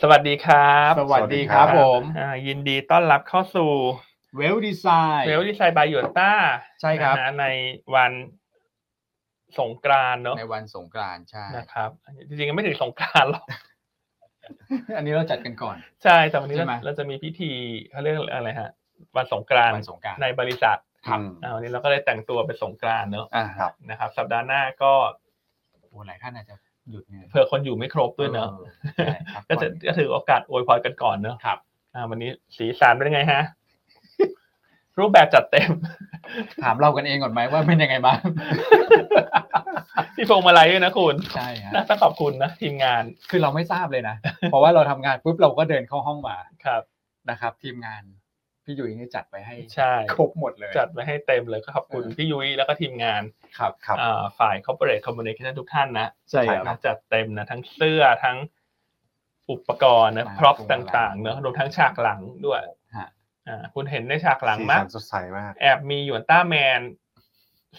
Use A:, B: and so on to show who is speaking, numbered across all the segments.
A: สวัสดีครับ
B: สวัสดีครับผม
A: อ่ายินดีต้อนรับเข้าสู่
B: เวลดีไซน์
A: เวลดีไซน์บายยูต้า
B: ใช่ครับ
A: ในวันสงกรานต์เนอะ
B: ในวันสงกรานต์ใช่
A: นะครับ จริงๆยังไม่ถึงสงกรานต์หรอก
B: อันนี้เราจัดกันก่อน
A: ใช่แต่วันนี้
B: ใช่ไหม
A: เราเราจะมีพิธีเขาเรียกอะไรฮะ วันสงกรานต์
B: วันสงกรานต์
A: ในบริษัท
B: ครับ
A: อ่าวันนี้เราก็เลยแต่งตัวเป็นสงกรานต์เนอะ
B: อ่าครับ
A: นะครับ สัปดาห์หน้าก็
B: โอ้หลายท่านอาจจะหยุดเนี่ย
A: เผื่อคนอยู่ไม่ครบด้วยเนอะ
B: ใช่ครับ
A: ก็จะก็ถือโอกาสอวยพรกันก่อนเนอะ
B: ครับ
A: อ่าวันนี้สีสันเป็นไงฮะ รูปแบบจัดเต็ม
B: ถามเรากันเองก่อนไหมว่าเป็นยังไงบ้าง
A: พี่พงมาลัยด้วยนะคุณ
B: ใช่ฮะ
A: น่าต้องขอบคุณนะทีมงาน
B: คือเราไม่ทราบเลยนะ เพราะว่าเราทำงานปุ๊บเราก็เดินเข้าห้องมา
A: ครับ
B: นะครับ ทีมงานพี่ยุ้ยนี่จัดไปให้
A: ใช่
B: ครบหมดเลย
A: จัดไว้ให้เต็มเลยก็ขอบคุณ
B: เออ
A: พี่ยุ้ยแล้วก็ทีมงาน
B: ครับครับ
A: อ่าฝ่าย corporate communication ทุกท่านนะ
B: ใช่ค
A: นะ
B: รับ
A: จัดเต็มนะทั้งเสื้อทั้งอุปกรณ์นะ
B: ครับ
A: พร็อพ
B: ผม
A: ต่างๆเนอะรวมทั้งฉากหลังด้วย
B: ฮะ
A: อ่าคุณเห็นในฉากหลัง
C: สี
A: มั้ย
C: สันสดใสมาก
A: แอบมีหยวนต้าแมน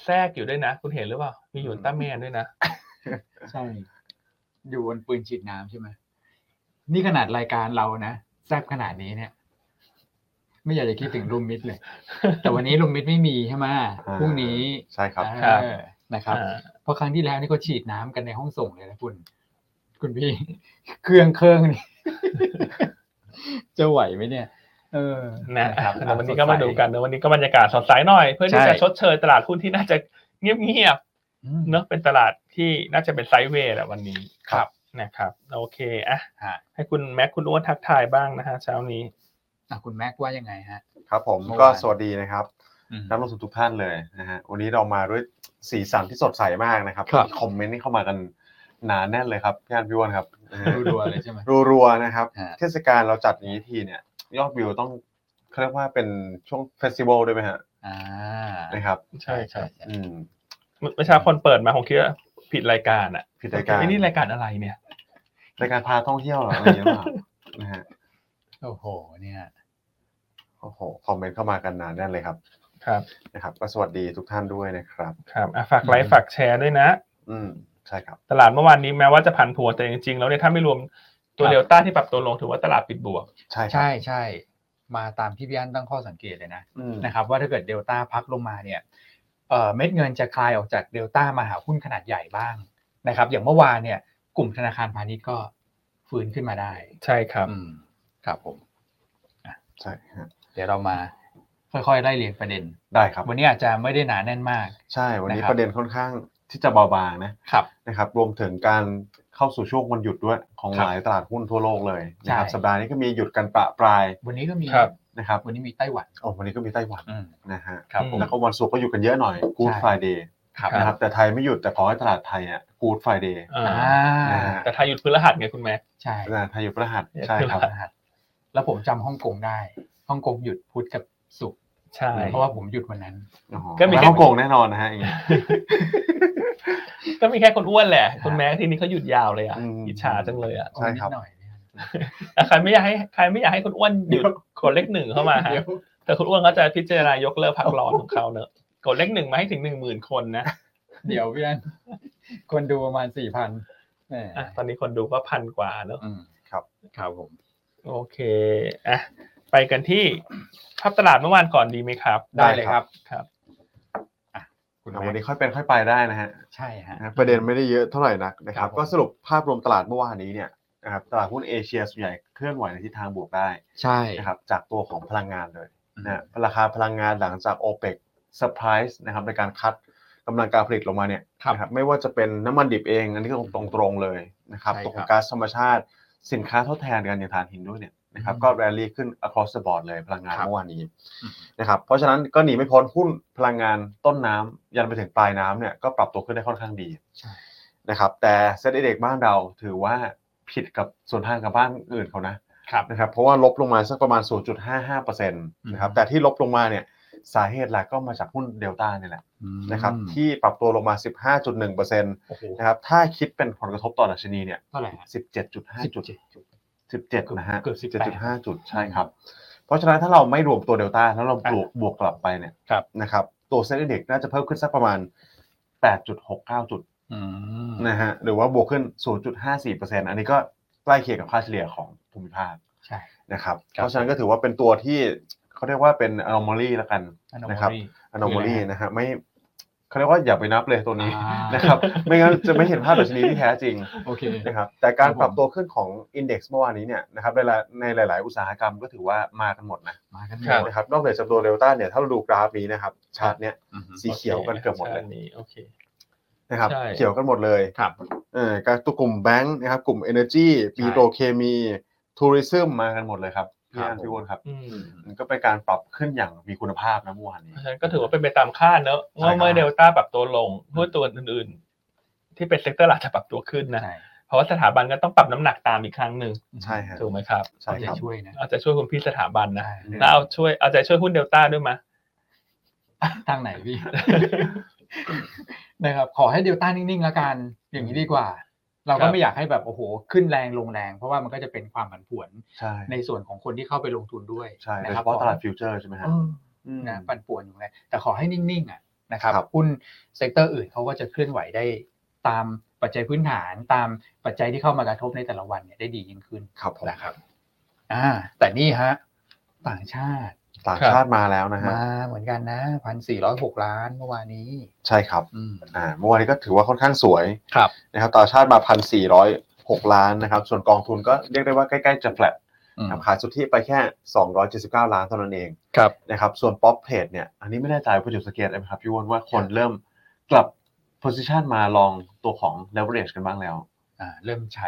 A: แทรกอยู่ด้วยนะ คุณเห็นหรือเปล่ามีหยวนต้าแมนด้วยนะ
B: ใช่ อยู่บนปืนฉีดน้ำใช่ไหมนี่ขนาดรายการเรานะแซ่บขนาดนี้เนี่ย ไม่อยากจะคิดถึงลุงมิดเลย แต่วันนี้ลุงมิดไม่มีใช่ไหม
C: า
B: พรุ่งนี้
C: ใช่ครับ
B: เออนะครับ
A: อ่า
B: เพราะครั้งที่แล้วนี่ก็ฉีดน้ำกันในห้องส่งเลยนะคุณ คุณพี่ เครื่องเครื่องนี่ จะไหวไหมเนี่ย เออ
A: นะ
B: รับ
A: แต่วันนี้ก็
B: สดใส
A: มาดูกันนะวันนี้ก็บรรยากาศสดใสหน่อย เพื่อที่
B: ใช่
A: จะชดเชยตลาดหุ้นที่น่าจะเงียบๆ
B: อืม
A: เนอะเป็นตลาดที่น่าจะเป็นไซด์เวย์แหละวันนี้
B: ครับ
A: นะครับโอเคอ่ะ
B: ฮะ
A: ให้คุณแม็กคุณอ้วนทักทายบ้างนะฮะเช้านี้
B: อ่ะคุณแม็กว่ายังไงฮะ
C: ครับผม
B: เมื่อวาน
C: ก็สวัสดีนะครับ
B: อืม
C: นักลงทุนทุกท่านเลยนะฮะวันนี้เรามาด้วยสีสันที่สดใสมากนะครับ
B: ครับ
C: คอมเมนต์นี่เข้ามากันหนาแน่นเลยครับพี่อันพี่อ้วนครับนะฮะ
B: รัวๆเลยใช่ไหม
C: รัวๆนะครับ
B: ฮะ
C: เทศกาลเราจัดอย่างนี้ทีเนี่ยยอดวิวต้องเขาเรียกว่าเป็นช่วงเฟสติวัลด้วยไหมฮะ
B: อ่า
C: นะครับ
A: ใช่ใช่
C: อืม
A: เมื่อเช้าคนเปิดมาคงคิดว่าผิดรายการอ่ะ
C: ผิดรายการ
A: ไอ้นี่รายการอะไรเนี่ย
C: รายการพาท่องเที่ยวเหรออะไรอย่างเงี้ ยหรือเปล่านะฮะ
B: โอ้โห เนี่ย
C: โอ้โหคอมเมนต์เข้ามากันหนาแน่นเลยครับ
A: ครับ
C: นะครับก็สวัสดีทุกท่านด้วยนะครับ
A: ครับอ่ะฝากไล
B: อื
A: ค์
B: ม
A: ฝากแชร์ด้วยนะ
C: อืมใช่ครับ
A: ตลาดเมื่อวานนี้แม้ว่าจะผันผวนแต่จริงๆ แล้วเนี่ยถ้าไม่รวมตัวเดลต้าที่ปรับตัวลงถือว่าตลาดปิดบวก
C: ใช่ครับ
B: ใช่ใช่ มาตามที่พี่อันตั้งข้อสังเกตเลยนะ
C: อืม
B: นะครับว่าถ้าเกิดเดลต้าพักลงมาเนี่ยเอ่อเม็ดเงินจะคลายออกจากเดลต้ามาหาหุ้นขนาดใหญ่บ้างนะครับ อย่างเมื่อวานเนี่ย กลุ่มธนาคารพาณิชย์ก็ฟื้นขึ้นมาได้
A: ใช่ครับ
B: อืมครับผม
C: ใช่ฮะ
B: เดี๋ยวเรามาค่อยๆไล่เรียงประเด็น
C: ได้ครับ
B: วันนี้อาจจะไม่ได้หนาแน่นมาก
C: ใช่ วันนี้
B: นะครับ
C: ประเด็นค่อนข้างที่จะเบาบางนะครับ นะครับ รวมถึงการเข้าสู่ช่วงวันหยุดด้วยของ
B: ครับ
C: หลายตลาดหุ้นทั่วโลกเลยนะครับ
B: ใช่
C: สัปดาห์นี้ก็มีหยุดกันประปราย
B: วันนี้ก็มี
A: ครับ
C: นะครับ
B: วันนี้มีไต้หวัน
C: โอ้วันนี้ก็มีไต้หวัน
B: อืม
C: นะฮะ
B: ครับผม
C: แล้วก็วันศุกร์ก็หยุดกันเยอะหน่อย Good
B: ใช่
C: Friday
B: ครับ
A: ค
C: นะค
A: รั
C: รับ บแต่ไทยไม่หยุดแต่ขอให้ตลาดไทยอ่ะ Good Friday
A: อ่า
B: อ่า
C: นะฮะ
A: แต่ไทยหยุดพฤหัสไงคุณแม่
B: ใช่
C: ตลาดไทยหยุดพฤหัสใช่ครับ
A: พฤหั
B: นะฮะแล้วผมจำฮ่องกงได้ฮ่องกงหยุดพุธกับศุกร์
A: ใช่
B: เพราะว่าผมหยุดวันนั้น
C: โอ้โห
A: ก็มี
C: แล้วฮ่องกงแน่นอนนะฮะอย่างเงี้ย
A: ก็มีแค่คนอ้วนแหละคุณแม็กที่นี่เขาหยุดยาวเลยอ่ะ
C: อืม
A: อิจฉาจังเลยอ่ะ
C: ใช่ครับ
B: นิดหน่อยนะ
A: อ่ะใครไม่อยากให้ใครไม่อยากให้คุณอ้วนหยุด
B: เดี๋ยว
A: กดเลขหนึ่งเข้ามาฮะ
B: เดี๋ยว
A: แต่คุณอ้วนก็จะพิจารณายกเลิกพักร้อนของเขาเนอะกดเลขหนึ่งมาให้ถึงหนึ่งหมื่นคนนะ
B: เดี๋ยวพี่อัน คนดูประมาณสี่พัน
A: อ่ะตอนนี้คนดูก็พันกว่าเนอะ
C: ครับ
B: ครับผม
A: โอเคอ่ะไปกันที่ภาพตลาดเมื่อวานก่อนดีไหมครับ
B: ได้เลยครับ
A: ครับ
B: อ่ะคุณ
C: วัน
B: แม็ก
C: นี้
B: ซ์
C: ค่อยเป็นค่อยไปได้นะฮะ
B: ใช่ฮะ
C: นะครับประเด็นไม่ได้เยอะเท่าไหร่นักนะค
B: ครับ
C: รั
B: บ ผม
C: ก็สรุปภาพรวมตลาดเมื่อวานนี้เนี่ยนะครับตลาดหุ้นเอเชียส่วนใหญ่เคลื่อนไหวในทิศทางบวกได้
B: ใช่
C: นะครับจากตัวของพลังงานเลย
B: อืม
C: นะฮะราคาพลังงานหลังจาก o p e ปเซอร์ไพรส์นะครับในการคัดกำลังการผลิตลงมาเนี่ย
B: ครับ
C: นะครับไม่ว่าจะเป็นน้ำมันดิบเอง อันนี้ก็ตรงตรงๆเลยนะครับ
B: ใช่ครับ
C: ตัวของก๊าซธรรมชาติสินค้าทดแทนการยางถ่านหินด้วยเนี่ยนะครับ
B: อืม
C: ก็แรลลี่ขึ้น across the board เลยพลังงาน
B: ครับ
C: เมื่อวานนี้
B: อืม
C: นะครับเพราะฉะนั้นก็หนีไม่พ้นหุ้นพลังงานต้นน้ำยันไปถึงปลายน้ำเนี่ยก็ปรับตัวขึ้นได้ค่อนข้างดี
B: ใช่
C: นะครับแต่เซ็ตเด็กบ้านเราถือว่าผิดกับส่วนทางกับบ้านอื่นเขานะครับ นะครับเพราะว่าลบลงมาสักประมาณ 0.55%นะครับแต่ที่ลบลงมาเนี่ยสาเหตุหลักก็มาจากหุ้นเดลต้าเนี่ยแหละนะครับที่ปรับตัวลงมา 15.1%น
B: โอ้โห
C: ะครับถ้าคิดเป็นผลกระทบต่อดัชนีเนี่ย
B: เท่าไหร่ฮะ
C: 17.5 จุด
B: 17
C: 17นะฮะ
B: เกือบ
C: 17.5
B: 18
C: จุดใช่ครับ เพราะฉะนั้นถ้าเราไม่รวมตัวเดลต้าแล้วเราบวกบวกกลับไปเนี่ย
B: ครับ
C: นะครับตัวเซ็นดีเด็กน่าจะเพิ่มขึ้นสักประมาณ 8.69 จุด
B: อืม
C: นะฮะหรือว่าบวกขึ้น 0.54%อันนี้ก็ใกล้เคียงกับค่าเฉลี่ยของ ภูมิภาค
B: ใช่
C: นะครับ
A: ครับ
C: เพราะฉะนั้นก็ถือว่าเป็นตัวที่เขาเรียกว่าเป็น anomaly ละกัน
B: อโน
C: นะครับ
B: ม
C: anomaly
B: คืออะไรฮะ
C: นะฮะไม่เขาเรียกว่าอย่าไปนับเลยตัวนี้
B: นะ
C: นะ
B: ค
C: ครับ รับ ไม่งั้นจะไม่เห็นภาพดัชนีที่แท้จริง
B: โอเค
C: นะครับแต่การ
B: ครับผม
C: ปรับตัวขึ้นของอินเด็กซ์เมื่อวานนี้เนี่ยนะครับในหลายในหลาย ๆ อุตสาหกรรมก็ถือว่ามากันหมดนะ
B: มากันหม
A: ครับ
B: ด
C: นะครับนอกเหนือจากตัวเดลต้าเนี่ยถ้าเราดูกราฟนี้นะครับชาร์ตเนี่ย
B: อือฮึ
C: สีเขียวกันเกือบหมดเลย
A: ชาตินี้โอเค
C: นะครับ
A: ใช่
C: เขียวกันหมดเลย
B: ครับ
C: เออการตัวกลุ่มแบงค์นะครับกลุ่ม Energy ปีโตรเคมีทัวริซึมมากันหมดเลยครับพี่อันพี่วอนครับ
A: อืม
C: มันก็เป็นการปรับขึ้นอย่างมีคุณภาพนะเมื่อวานนี้
A: เพราะฉะนั้นก็ถือว่าเป็นไปตามคาดเนอะว่าเมื่อ
C: ใช่ครับ
A: เดลต้าปรับตัวลงเมื่อตัวอื่นๆ ที่เป็นเซกเตอร์หลักจะปรับตัวขึ้นนะ
B: ใช่
A: เพราะว่าสถาบันก็ต้องปรับน้ำหนักตามอีกครั้งหนึ่ง
C: ใช่ฮะ
A: ถูกไหมครับ
C: ใช่
B: ใช่
C: ครับ
B: ช่วยนะ
A: เอาใจช่วยคุณพี่สถาบันนะ
B: ใช่
A: แล้วเอาช่วยเอาใจช่วยหุ้นเดลต้าด้วยมะ
B: ทางไหนพี่ นะครับ ขอให้เดลต้านิ่งๆแล้วกัน อย่างนี้ดีกว่า เรา
A: ครั
B: ก็
A: บ
B: ไม่อยากให้แบบโอ้โห ขึ้นแรงลงแรง เพราะว่ามันก็จะเป็นความผันผวน
C: ใช่
B: ในส่วนของคนที่เข้าไปลงทุนด้วย
C: ใช่โด
B: นะ
C: ย
B: ค
C: เฉ
B: รับ
C: พาะตลาดฟิวเจอร์ใช่ไหมฮะ
B: เออ
C: อืม
B: นะปั่นป่วนอยู่ไงแต่ขอให้นิ่งๆอ่ะนะครับ
C: ครับ
B: หุ้นเซกเตอร์อื่นเขาก็จะเคลื่อนไหวได้ตามปัจจัยพื้นฐานตามปัจจัยที่เข้ามากระทบในแต่ละวันเนี่ยได้ดียิ่งขึ้น
C: ครับผม
B: นะครับอ่าแต่นี่ฮะต่างชาติ
C: ต่าง
A: ครับ
C: ชาติมาแล้วนะฮะ
B: มาเหมือนกันนะพันสี่ร้อยหกล้านเมื่อวานนี้
C: ใช่ครับ
B: อืม
C: อ่าเมื่อวานนี้ก็ถือว่าค่อนข้างสวย
A: ครับ
C: นะครับต่างชาติมา 1,406 ล้านนะครับ ส่วนกองทุนก็เรียกได้ว่าใกล้ๆจะแฟลต
B: อืม
C: นะครับขายสุทธิไปแค่ 279 ล้านเท่านั้นเอง
A: ครับ
C: นะครับ ส่วนป๊อปเทรดเนี่ย อันนี้ไม่แน่ใจผู้จุดสังเกตไหมครับพี่อ้วนว่าคนเริ่มกลับ position มาลองตัวของ leverage กันบ้างแล้ว
B: อ่าเริ่มใช้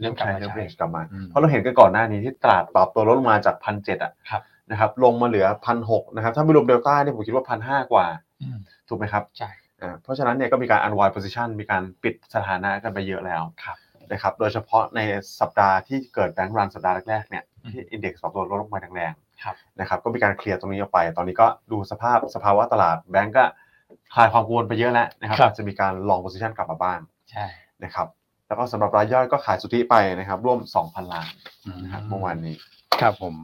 C: เริ่ม
B: กลับมา
C: ใช้
B: ใช้
C: leverage กลับมา
B: อืม
C: เพราะเราเห็นกันก่อนหน้านี้ที่ตลาดปรับตัวลดลงมาจาก 1,700อ่ะ
B: ครับ
C: นะครับลงมาเหลือ 1,600นะครับถ้าไม่รวมเดลต้าเนี่ยผมคิดว่า 1,500 กว่า
B: อืม
C: ถูกไหมครับ
B: ใช่
C: อ่าเพราะฉะนั้นเนี่ยก็มีการ unwind position มีการปิดสถานะกันไปเยอะแล้ว
B: ครับ
C: นะครับ โดยเฉพาะในสัปดาห์ที่เกิดแบงก์รันสัปดาห์แรกๆเนี่ย
B: อืม
C: ที่อินเด็กซ์ปรับตัวลดลงมาแรง
B: ครับ
C: ๆนะครับ ก็มีการเคลียร์ตรงนี้ออกไป ตอนนี้ก็ดูสภาพสภาวะตลาดแบงก์ก็คลายความกังวลไปเยอะแล้วนะครับ
A: ครับ
C: อาจจะมีการลอง position กลับมาบ้าง
B: ใช่
C: นะครับ แล้วก็สำหรับรายย่อยก็ขายสุทธิไปนะครับ ร่วม 2,000 ล้านนะครับเมื่อวานนี้
B: ครับผม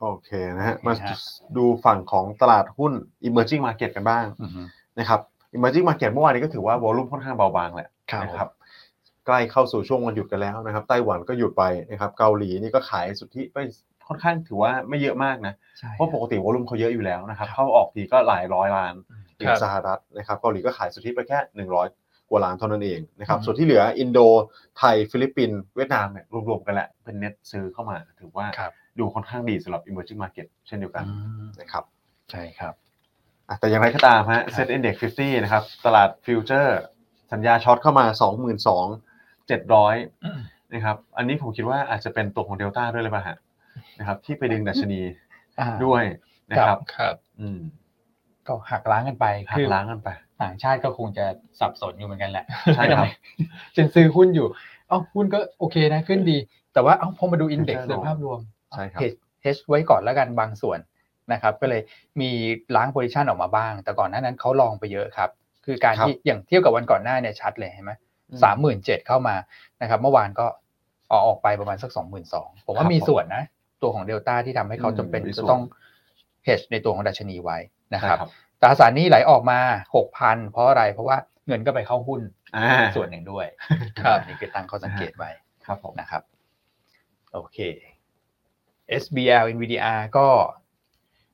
C: โอเคนะฮะ
B: โอเค
C: มา
B: ฮะ
C: ดูฝั่งของตลาดหุ้น emerging market กันบ้าง
B: อืม
C: นะครับ emerging market เมื่อวานนี้ก็ถือว่า volume ค่อนข้างเบาบางแหละ
B: ครับ
C: นะครับ ใกล้เข้าสู่ช่วงวันหยุดกันแล้วนะครับ ไต้หวันก็หยุดไปนะครับ เกาหลีนี่ก็ขายสุทธิไปค่อนข้างถือว่าไม่เยอะมากนะ
B: ใช่
C: เพราะปกติ volume เขาเยอะอยู่แล้วนะครับ เข้าออกทีก็หลายร้อยล้าน
B: อืม
C: ถึงสหรัฐนะครับ เกาหลีก็ขายสุทธิไปแค่ 100 กว่าล้านเท่านั้นเองนะครับ
B: อืม
C: ส่วนที่เหลืออินโด ไทย ฟิลิปปินส์ เวียดนามเนี่ยรวมๆกันแหละ เป็น net ซื้อเข้ามา ถือว่า
B: ครับ
C: ดูค่อนข้างดีสำหรับ emerging market เช่นเดียวกัน
B: อืม
C: นะครับ
B: ใช่ครับ
C: อ่ะแต่อย่างไรก็ตามฮะ Set Index 50 นะครับ ตลาดฟิวเจอร์ สัญญาช็อตเข้ามา 22,700 นะครับ อันนี้ผมคิดว่าอาจจะเป็นตัวของเดลต้าด้วยเลยป่ะฮะนะครับ ที่ไปดึงดัชนี
B: อ่า
C: ด้วยนะครับ
A: ครับ
C: อืม
B: ก็หักล้างกันไป
C: หั
B: คื
C: ก
B: อ
C: ล้างกันไป
B: ต่างชาติก็คงจะสับสนอยู่เหมือนกันแหละ
C: ใช่ครั
B: ว่าทำ
C: บ
B: ไม ฉันซื้อหุ้นอยู่ เอ้าหุ้นก็โอเคนะขึ้นดี แต่ว่าเอ้าพอมาดูอินเด็กซ์
C: ใช่
B: โดยภาพรวม
C: ใช่ครับ
B: เฮดเฮดไว้ก่อนแล้วกันบางส่วนนะครับ ก็เลยมีล้างโพซิชันออกมาบ้าง แต่ก่อนหน้านั้นเขาลองไปเยอะครับ คือการที่อย่างเทียบกับวันก่อนหน้าเนี่ยชัดเลยเห็นไหมสามหมื่นเจ็ดเข้ามานะครับ เมื่อวานก็เอาออกไปประมาณสักสองหมื่นสองผมว่า
C: ครับ
B: มี
C: ผม
B: ส่วนนะ ตัวของเดลต้าที่ทำให้เขาจำเป็น
C: อืมมีส่
B: จะ
C: วน
B: ต้องเฮดในตัวของดัชนีไว้นะครับ
C: ใช่
B: ตราสารหนี้ไหลออกมา 6,000 เพราะอะไร เพราะว่าเงินก็ไปเข้าหุ้น
C: อ่า
B: ส่วนหนึ่งด้วย
A: ครับ
B: อันนี่คือตั้งข้อสังเกตไว้
C: ครับผม
B: นะครับ โอเค SBL NVDR ก็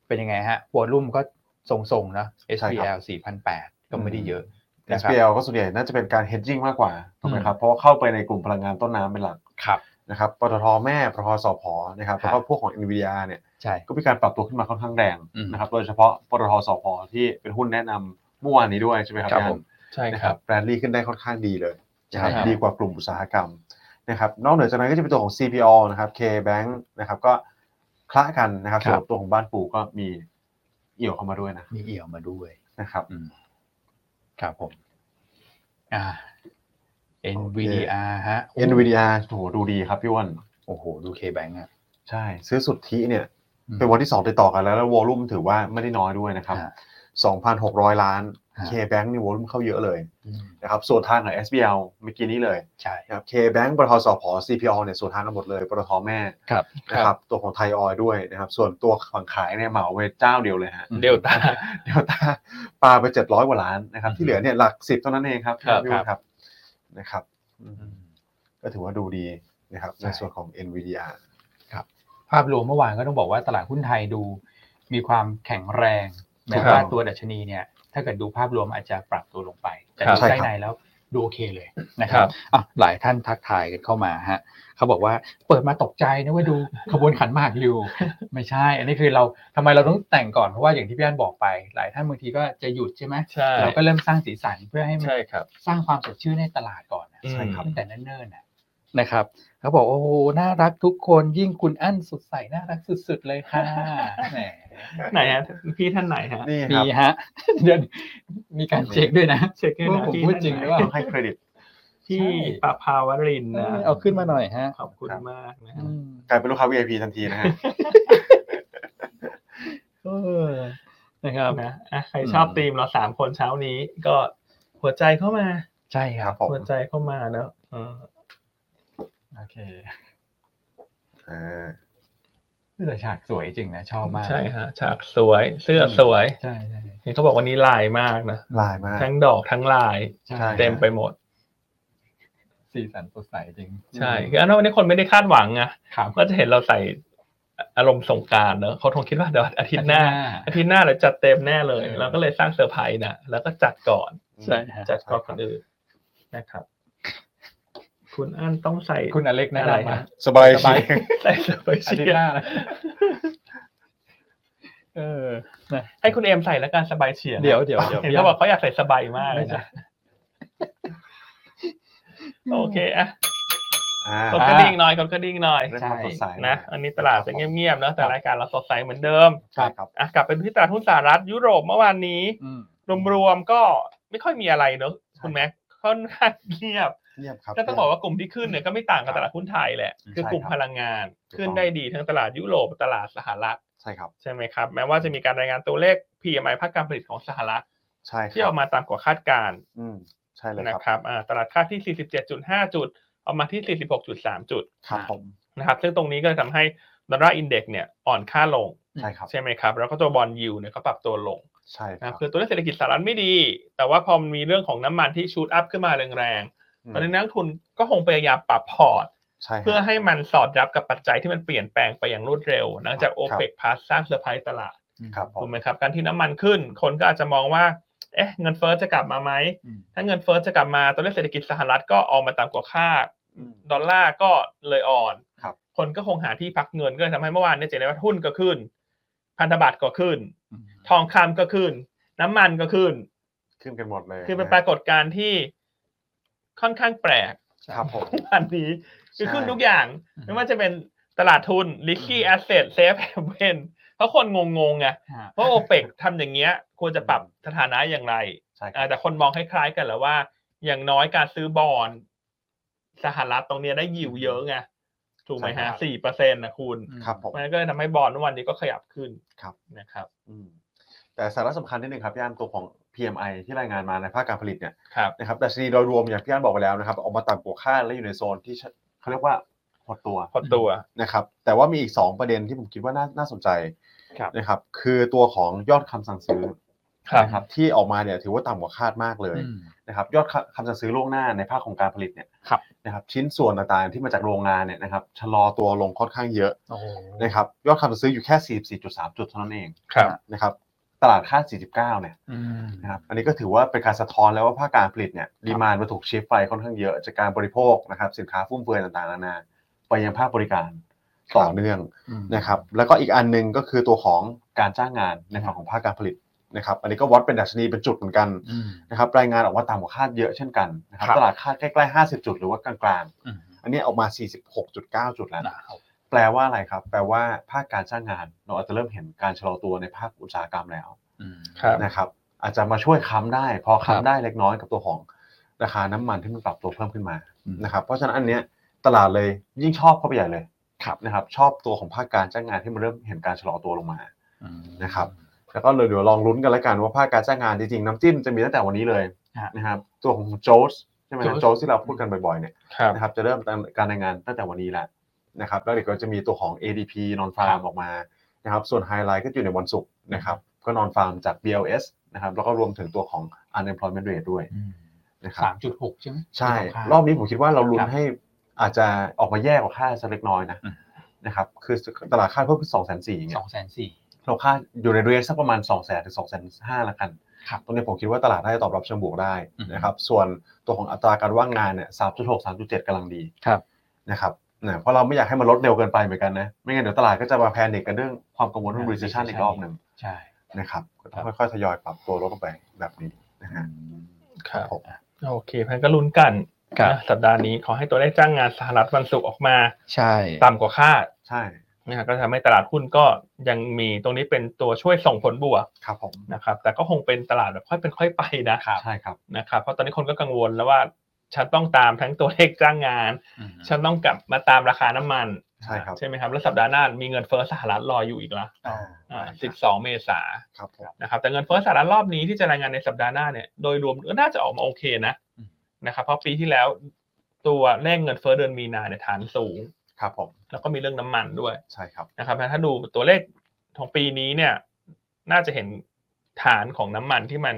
B: เป็นยังไงฮะวอลลุ่มก็ทรงๆนะ SBL 4,800 ก็ไม่ได้เยอะ
C: นะ
B: นะ
C: ค
B: ครั
C: รั
B: บ บ
C: SPL ก็ส่วนใหญ่น่าจะเป็นการ hedging มากกว่าถูกไหมครับ เพราะว่าเข้าไปในกลุ่มพลังงานต้นน้ำเป็นหลัก
B: ครับ
C: นะครับปตทแม่ปตทสพนะครับ
B: ครับ
C: แล้วก็พวกของ NVIDIA เนี่ย
B: ใช่
C: ก็มีการปรับตัวขึ้นมาค่อนข้างแรง
B: อืม
C: นะครับ โดยเฉพาะปตทสพที่เป็นหุ้นแนะนำเมื่อวานนี้ด้วยใช่ไหมครับ
B: ครับ
C: พี่อัน
B: ผม
A: ใช่
C: นะ
A: ค
C: ครั
A: รั
C: บบ แบรนด์ลี่ขึ้นได้ค่อนข้างดีเลยนะครับ
B: ใช่ครับ
C: ดีกว่ากลุ่มอุตสาหกรรมนะครับนอกเหนือจากนั้นก็จะเป็นตัวของ CPO นะครับ KBank นะครับก็คละกันนะครับส่วนตัวของบ้านปู่ก็มีเอี่ยวเข้ามาด้วยนะ
B: มีเอี่ยวมาด้วย
C: นะครับ
B: อืมครับผม อ่า NVDR ฮะ
C: NVIDIA โหดูดีครับพี่อ้วัน
B: โอ้โห ดู K-Bank อ่ะ
C: ใช่ซื้อสุทธิเนี่ย
B: อืม
C: เป็นวันที่สองติดต่อกันแล้วแล้ววอลุ่มถือว่าไม่ได้น้อยด้วยนะครับ
B: ฮะ
C: 2,600 ล้าน
B: ฮะ
C: KBank นี่วอลุ่มเข้าเยอะเลย
B: อืม
C: นะครับส่วนทางของ SBL เมื่อกี้นี้เลย
B: ใช่
C: นะครับ KBank ปตทสพ CPO เนี่ยส่วนทางกันหมดเลยปตทแม่
B: ครับ
C: นะครับตัวของไทยออยด้วยนะครับส่วนตัวฝั่งขายเนี่ยเหมาเวทเจ้าเดียวเลยฮะ
A: เดลต้า
C: เดลต้าปลาไป 700 กว่าล้านนะครับ
B: อืม
C: ที่เหลือเนี่ยหลักสิบเท่านั้นเองครับ
A: ครับ
C: พี่วุฒิครับนะครับอืมก็ถือว่าดูดี นะครับ
B: ใช่
C: ในส่วนของ NVDR
B: ภาพรวมเมื่อวานก็ต้องบอกว่าตลาดหุ้นไทยดูมีความแข็งแรงแม้
C: ครับ
B: ว่าตัวดัชนีเนี่ย ถ้าเกิดดูภาพรวมอาจจะปรับตัวลงไป แต่
A: ครับ
B: ดู
C: ใช่
B: ใกล้
C: ครับ
B: ในแล้วดูโอเคเลยนะครับอ่ะหลายท่านทักทายกันเข้ามาฮะเขาบอกว่าเปิดมาตกใจนะว่าดู ขบวนขันหมากอยู่ ไม่ใช่ อันนี้คือเราทำไมเราต้องแต่งก่อนเพราะว่าอย่างที่พี่อันบอกไป หลายท่านบางทีก็จะหยุดใช่ไหม
A: ใช่
B: เราก็เริ่มสร้างสีสันเพื่อให้มัน
A: ใช่ครับ
B: สร้างความสดชื่นให้ตลาดก่อนนะ
C: ใช่ครับ
B: ตั้งแต่เนิ่นๆนะนะครับเขาบอกโอ้โหน่ารักทุกคนยิ่งคุณอั้นสดใสน่ารักสุด ๆ เลยค่ะแหม
A: ไหนฮะพี่ท่านไหนฮะ
C: นี่ค
B: มี
C: รับ
B: ฮะ เดี๋ยวมีการเช็คด้วยนะ
A: เช็คด้วยนะ
B: ว่าผม
A: พี่
B: พูดจริงหรือเปล่า
C: ต้องให้เครดิต
A: พี่
B: ใช่
A: ปภาวรินทร์นะ
B: เอาขึ้นมาหน่อยฮะ
A: ขอบคุณมากนะ
B: อื
A: ฮะ
B: ม
C: กลายเป็นลูกค้า VIP ทันทีนะฮะ
B: เออนะครับ
A: นะอ่ะใครชอบธีมเราสามคนเช้านี้ก็หัวใจเข้ามา
B: ใช่ครับ
C: ผม
A: หัวใจเข้ามาแล้วเออ
B: โอเค
C: อ่า
B: แต่ฉากสวยจริงนะชอบมาก
A: ใช่ฮะฉากสวยเสื้อสวย
B: ใช่ใช่
A: เห็นเขาบอกวันนี้ลายมากนะ
C: ลายมาก
A: ทั้งดอกทั้งลาย
B: ใช่
C: ใช่
A: เต็มไปหมด
B: สีสันสดใสจริง
A: ใช่คืออันนั้นวันนี้คนไม่ได้คาดหวังไง
B: ครับ
A: ก็จะเห็นเราใส่อารมณ์สงกรารเนอะเขาคงคิดว่าเดี๋ยวอาทิตย์หน้า อาทิตย์หน้าเราจัดเต็มแน่เลยเราก็เลยสร้างเซอร์ไพรส์นะแล้วก็จัดก่อน
B: ใช่ฮะ
A: จัดก่อนคนอื่นนะครับ คุณอันต้องใส่
B: คุณอเล็กนะ
A: อะไร
B: มา
A: ฮะ
C: สบาย
B: สบาย
C: เชียง
A: ใส่สบาย
B: อาทิต
A: เชีย
B: ย์ห
A: ร์
B: น้านะเออนะ
A: ให้คุณเอมใส่แล้วการสบายเฉียง
B: เดี๋ยวเดี๋ยวเดี๋ยว
A: เห็นเขาบอกเขาอยากใส่สบายมากเลยนะโอเคอ่ะ
C: อ่าก
A: ดกระดิ่งหน่อยกดกระดิ่งหน่อย
C: เรื่องความสดใส
A: นะอันนี้ตลาดจะเงียบๆเนอะแต่รายการเราสดใสเหมือนเดิม
C: ใช่ครับ
A: อ่ะกลับไปที่ตลาดหุ้นสหรัฐยุโรปเมื่อวานนี้
B: อืม
A: รวมๆก็ไม่ค่อยมีอะไรเนอะ
C: ใช่
A: คุณแม็กค่อนข้างเงียบ
C: เยี่ยมครับ
A: ก็ต้องบอกว่ากลุ่มที่ขึ้นเนี่ยก็ไม่ต่างกับตลาดหุ้นไทยแหละ คือกลุ่มพลังงาน
C: ถูกต้อง
A: ขึ้นได้ดีทั้งตลาดยุโรปตลาดสหรัฐ
C: ใช่ครับ
A: ใช่ไหมครับ แม้ว่าจะมีการรายงานตัวเลข PMI ภาคการผลิตของสหรัฐ
C: ใช่ครับ
A: ที่ออกมาตามกว่าคาดการณ์
C: อืมใช่เลย
A: นะ
C: ครับ
A: ครับอ่าตลาดคาดที่ 47.5 จุดออกมาที่ 46.3 จุด
C: ครับผม
A: นะครับซึ่งตรงนี้ก็จะทำให้ดอลลาร์อินเด็กซ์เนี่ยอ่อนค่าลง
C: ใช่ครับ
A: ใช่ไหมครับ แล้วก็ตัวบอลยูเนี่ยก็ปรับตัวลง
C: ใช่ครั
A: นะ
C: บ
A: คือตัวเลขเศรษฐกิจสหรัฐไม่ดี แต่ว่าพอมันมีเรื่องของน้ำมันที่ชูตอัพขึ้นมาแรงๆตอนนี้นักลงทุนก็คงพยายามปรับพอร์ต
C: ใช่ครับ
A: เพื่อให้มันสอดรับกับปัจจัยที่มันเปลี่ยนแปลงไปอย่างรวดเร็วหลังจาก
C: ครับ
A: โอเปกพาสสร้างเซอร์ไพรส์ตลาด
C: ครับผ
A: ถู
C: ม
A: กไหมครับ การที่น้ำมันขึ้น คนก็อาจจะมองว่า เอ๊ะเงินเฟ้อจะกลับมาไหม
B: อืม
A: ถ้าเงินเฟ้อจะกลับมาตัวเลขเศรษฐกิจสหรัฐก็ออกมาตามกว่าคาด
C: อืม
A: ดอลลาร์ก็เลยอ่อน
C: ครับ
A: คนก็คงหาที่พักเงินก็เลยทำให้เมื่อวานเนี่ยเจนได้ว่าหุ้นก็ขึ้น พันธบัตรก็ขึ้น
B: อืม
A: ทองคำก็ขึ้น น้ำมันก็ขึ้น
C: ขึ้นกันหมดเลย
A: คือเป็น
C: นะ
A: ปรากฏการณ์ที่ค่อนข้างแปลก
C: ครับผม
A: อันนี้คือขึ้นทุกอย่าง ไม่ว่าจะเป็นตลาดทุน ลิกกี้แอสเซทเซฟแฮเวนเพราะคนงงๆไง
B: ฮะ
A: เพราะโอเปกทำอย่างเงี้ย ควรจะปรับสถานะอย่างไร
C: ใช่ค
A: อ่า
C: รับ
A: แต่คนมองคล้ายๆกันแหล้วว่า อย่างน้อยการซื้อบอลสหรัฐตรงเนี้ยได้ยิวเยอะไงถูกไหมฮะสี่เปอร์เซ็นต์นะคุณ
C: ครับผม
A: มันก็เลยทำให้บอลวันนี้ก็ขยับขึ้น
C: ครับ
A: นะครับ
C: อืมแต่สาระสำคัญนิดนึงครับพี่อันตัวของ PMI ที่รายงานมาในภาคการผลิตเนี่ย
A: ครับ
C: นะครับดัชนีโดยรวมอย่างพี่อันบอกไปแล้วนะครับออกมาต่ำกว่าคาดและอยู่ในโซนที่เขาเรียกว่าหดตัว
A: พอตัว
C: นะครับแต่ว่ามีอีก 2 ประเด็นที่ผมคิดว่าน่าน่าสนใจ
A: ครับ
C: นะครับคือตัวของยอดคำสั่งซื้อ
A: ครับ
C: นะครับที่ออกมาเนี่ยถือว่าต่ำกว่าคาดมากเลย
B: อืม
C: นะครับยอดคคำสั่งซื้อล่วงหน้าในภาคของการผลิตเนี่ย
B: ครับ
C: นะครับชิ้นส่วนต่างๆที่มาจากโรงงานเนี่ยนะครับชะลอตัวลงค่อนข้างเยอะ
B: โอ้โห
C: นะครับยอดคำสั่งซื้ออยู่แค่ 44.3 จุดเท่านั้นเอง
A: ครับ
C: นะครับตลาดคาด 49 เนี่ย
B: อืม
C: นะครับอันนี้ก็ถือว่าเป็นการสะท้อนแล้วว่าภาคการผลิตเนี่ยดีมานมันถูกชิฟไปค่อนข้างเยอะจากการบริโภคนะครับสินค้าฟุ่มเฟือยต่างๆนานาไปยังภาคบริการต่อเนื่อง
B: อืม
C: นะครับแล้วก็อีกอันหนึ่งก็คือตัวของการจ้างงานในฝั่งของภาคการผลิตนะครับอันนี้ก็วัดเป็นดัชนีเป็นจุดเหมือนกัน
B: อืม
C: นะครับรายงานออกมาต่ำกว่าคาดเยอะเช่นกันนะครับ
B: ครับ
C: ตลาดคาดใกล้ๆ 50 จุดหรือว่ากลาง
B: อืม
C: ๆ อันนี้ออกมา 46.9 จุดแล้ว
B: หนาว
C: แปลว่าอะไรครับ แปลว่าภาคการจ้างงาน เราอาจจะเริ่มเห็นการชะลอตัวในภาคอุตสาหกรรมแล้ว
A: ครับ
C: นะครับอาจจะมาช่วยค้ำได้ พอ
B: ครับ
C: ค้ำได้เล็กน้อยกับตัวของราคาน้ำมันที่มันปรับตัวเพิ่มขึ้นมา นะครับเพราะฉะนั้นอันเนี้ยตลาดเลยยิ่งชอบเข้าไปใหญ่เลย
B: ครับ
C: นะครับชอบตัวของภาคการจ้างงานที่มันเริ่มเห็นการชะลอตัวลงมา
B: อืม
C: นะครับ แล้วก็เลยเดี๋ยวลองลุ้นกันแล้วกันว่าภาคการจ้างงานจริงๆน้ำจิ้มจะมีตั้งแต่วันนี้เลย
B: ฮะ
C: นะครับตัวของโจ๊สใช่ไหม
B: Jolt
C: โจ๊สที่เราพูดกันบ่อยๆเนี่ย
A: ครับ
C: นะครับจะเริ่มการรายงานตั้งแต่วันนี้แหละนะครับแล้วเดี๋ยวก็จะมีตัวของ ADP non farm
B: ครับ
C: ออกมานะครับส่วนไฮไลท์ก็อยู่ในวันศุกร์นะครับก็ non farm จาก BLS นะครับแล้วก็รวมถึงตัวของ unemployment rate ด้วย
B: อืม
C: นะครับ
B: สามจุดหกใช่ไหม
C: ใช่
B: ที่เราคาด
C: รอบนี้ผมคิดว่าเรา
B: ค
C: ลุ้
B: น รับ
C: ให้ อาจจะออกมาแย่กว่าคาดสักเล็กน้อยนะ
B: อืม
C: นะครับคือตลาดคาดเพิ่มขึ้นสองแสนสี่า
B: ส
C: งเงี้ย
B: องแสนสี่
C: เราคาดอยู่ในเรนจ์สักประมาณสองแสนถึงสองแสนห้าละกัน
B: ครับ
C: ตรงนี้ผมคิดว่าตลาดน่าจะตอบรับเชิงบวกได้
B: อืม
C: นะครับส่วนตัวของอัตราการว่างงานเนี่ยสามจุดหกสามจุดเจ็ดกำลังดี
B: ครับ
C: นะครับนะเพราะเราไม่อยากให้มันลดเร็วเกินไปเหมือนกันนะไม่งั้นเดี๋ยวตลาดก็จะมาแพนิคกันเรื่องความกังวลเรื่อง recession อีกรอบหนึ่ง
B: ใช่
C: นะครับก็ต้องค่อยๆทยอยปรับตัวลดลงไปแบบนี้นะฮะ
A: ครับ
C: ผม
A: โอเคพันก็ลุ้นกัน
D: ครับ
A: นะสัปดาห์นี้ขอให้ตัวเลขจ้างงานสหรัฐวันศุกร์ออกมา
D: ใช่
A: ต่ำกว่าคาด
C: ใช่
A: นะฮะก็ทำให้ตลาดหุ้นก็ยังมีตรงนี้เป็นตัวช่วยส่งผลบวก
C: ครับผม
A: นะครับ แต่ก็คงเป็นตลาดแบบค่อยเป็นค่อยไปนะ
C: ใช่ครับ
A: นะครับ เพราะตอนนี้คนก็กังวลแล้วว่าฉันต้องตามทั้งตัวเลขจ้างงาน
B: อืม
A: ฉันต้องกลับมาตามราคาน้ำมัน
C: ใช่ครับ
A: ใช่ไหมครับแล้วสัปดาห์หน้ามีเงินเฟ้อสหรัฐรออยู่อีกละ
C: อ่า
A: สิบสองเมษา
C: ครับผม
A: นะครับแต่เงินเฟ้อสหรัฐรอบนี้ที่จะรายงานในสัปดาห์หน้าเนี่ยโดยรวมก็น่าจะออกมาโอเคนะ
B: อืม
A: นะครับเพราะปีที่แล้วตัวแรกเงินเฟ้อเดือนมีนาเนี่ยฐานสูง
C: ครับผม
A: แล้วก็มีเรื่องน้ำมันด้วย
C: ใช่ครับ
A: นะครับถ้าดูตัวเลขของปีนี้เนี่ยน่าจะเห็นฐานของน้ำมันที่มัน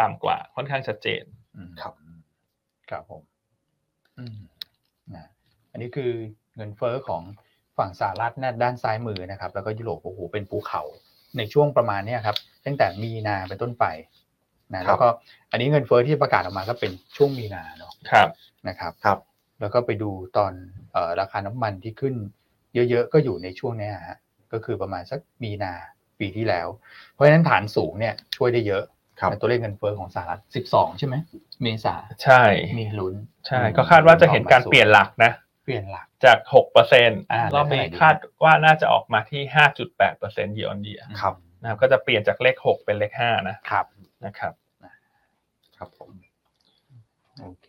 A: ต่ำกว่าค่อนข้างชัดเจน
B: อืม
C: ครับ
B: ครับผมอืมนะอันนี้คือเงินเฟ้อของฝั่งสหรัฐนะด้านซ้ายมือนะครับ แล้วก็ยุโรปโอ้โหเป็นภูเขาในช่วงประมาณเนี้ยครับ ตั้งแต่มีนาเป็นต้นไปนะแล้วก็อันนี้เงินเฟ้อที่ประกาศออกมาก็เป็นช่วงมีนาเนาะ
A: ครับ
B: นะครับ
C: ครับ
B: แล้วก็ไปดูตอนเอ่อราคาน้ำมันที่ขึ้น เยอะๆก็อยู่ในช่วงเนี้ยฮะก็คือประมาณสักมีนาปีที่แล้ว เพราะฉะนั้นฐานสูงเนี่ยช่วยได้เยอะ
C: ครับ
B: แต่ตัวเลขเงินเฟ้อของสหรัฐ12 ใช่ไหมเมษา
A: ใช่
B: มีลุ้น
A: ใช่ก็คาดว่าจะเห็นการเปลี่ยนหลักนะ
B: เปลี่ยนหลัก
A: จาก 6%
B: อ่าร
A: อบนี้
B: ได้เท่าไหร่ดี
A: คาดว่าน่าจะออกมาที่ 5.8% year on year
C: ครับ
A: นะครับ ก็จะเปลี่ยนจากเลข 6 เป็นเลข 5 นะครับ นะครับ
C: ครับผม
B: โอเค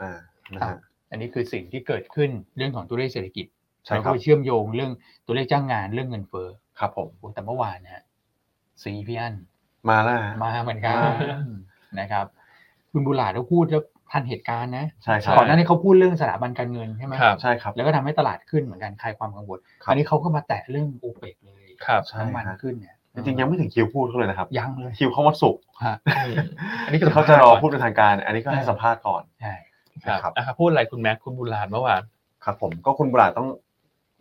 C: อ่านะฮะ
B: อันนี้คือสิ่งที่เกิดขึ้นเรื่องของตัวเลขเศรษฐกิจ
C: ใช่
B: แล้ว
C: ค
B: ก็
C: รับ
B: ไปเชื่อมโยงเรื่องตัวเลขจ้างงานเรื่องเงินเฟ้อ
C: ครับผม
B: โอ้แต่เมื่อวานนะฮะสีพี่อัน
C: มาแล้วฮะ
B: มาเหมือนกัน
C: มา
B: นะครับ คุณบุหลาดเขาพูดแล้วทันเหตุการณ์นะ
C: ใช่ครับ
B: ก่อนหน้านี้เขาพูดเรื่องสถาบันการเงินใช่ไหม
A: ครับ
C: ใช่ครับ
B: แล้วก็ทำให้ตลาดขึ้นเหมือนกันคลายความกังวล
C: ครับ
B: อันนี้เขาก็มาแตะเรื่องโอเปกเลย
A: ครับ
C: ใช่
B: น้ำมัน
C: ฮะ
B: ขึ้นเนี่ย
C: จริงๆยังไม่ถึงคิวพูดเขาเลยนะครับ
B: ยังเลย
C: คิวเขาวันศุกร์
B: ฮะ
C: อันนี้คือเขาจะรอพูดเป็นทางการ อันนี้ก็ให้
B: อ่า
C: สัมภาษณ์ก่อน
B: ใช่
A: ครั
C: ครับ
A: บอ่ะครับพูดอะไรคุณแม็กคุณบุราณเมื่อวาน
C: ครับผมก็คุณบุหลาต้อง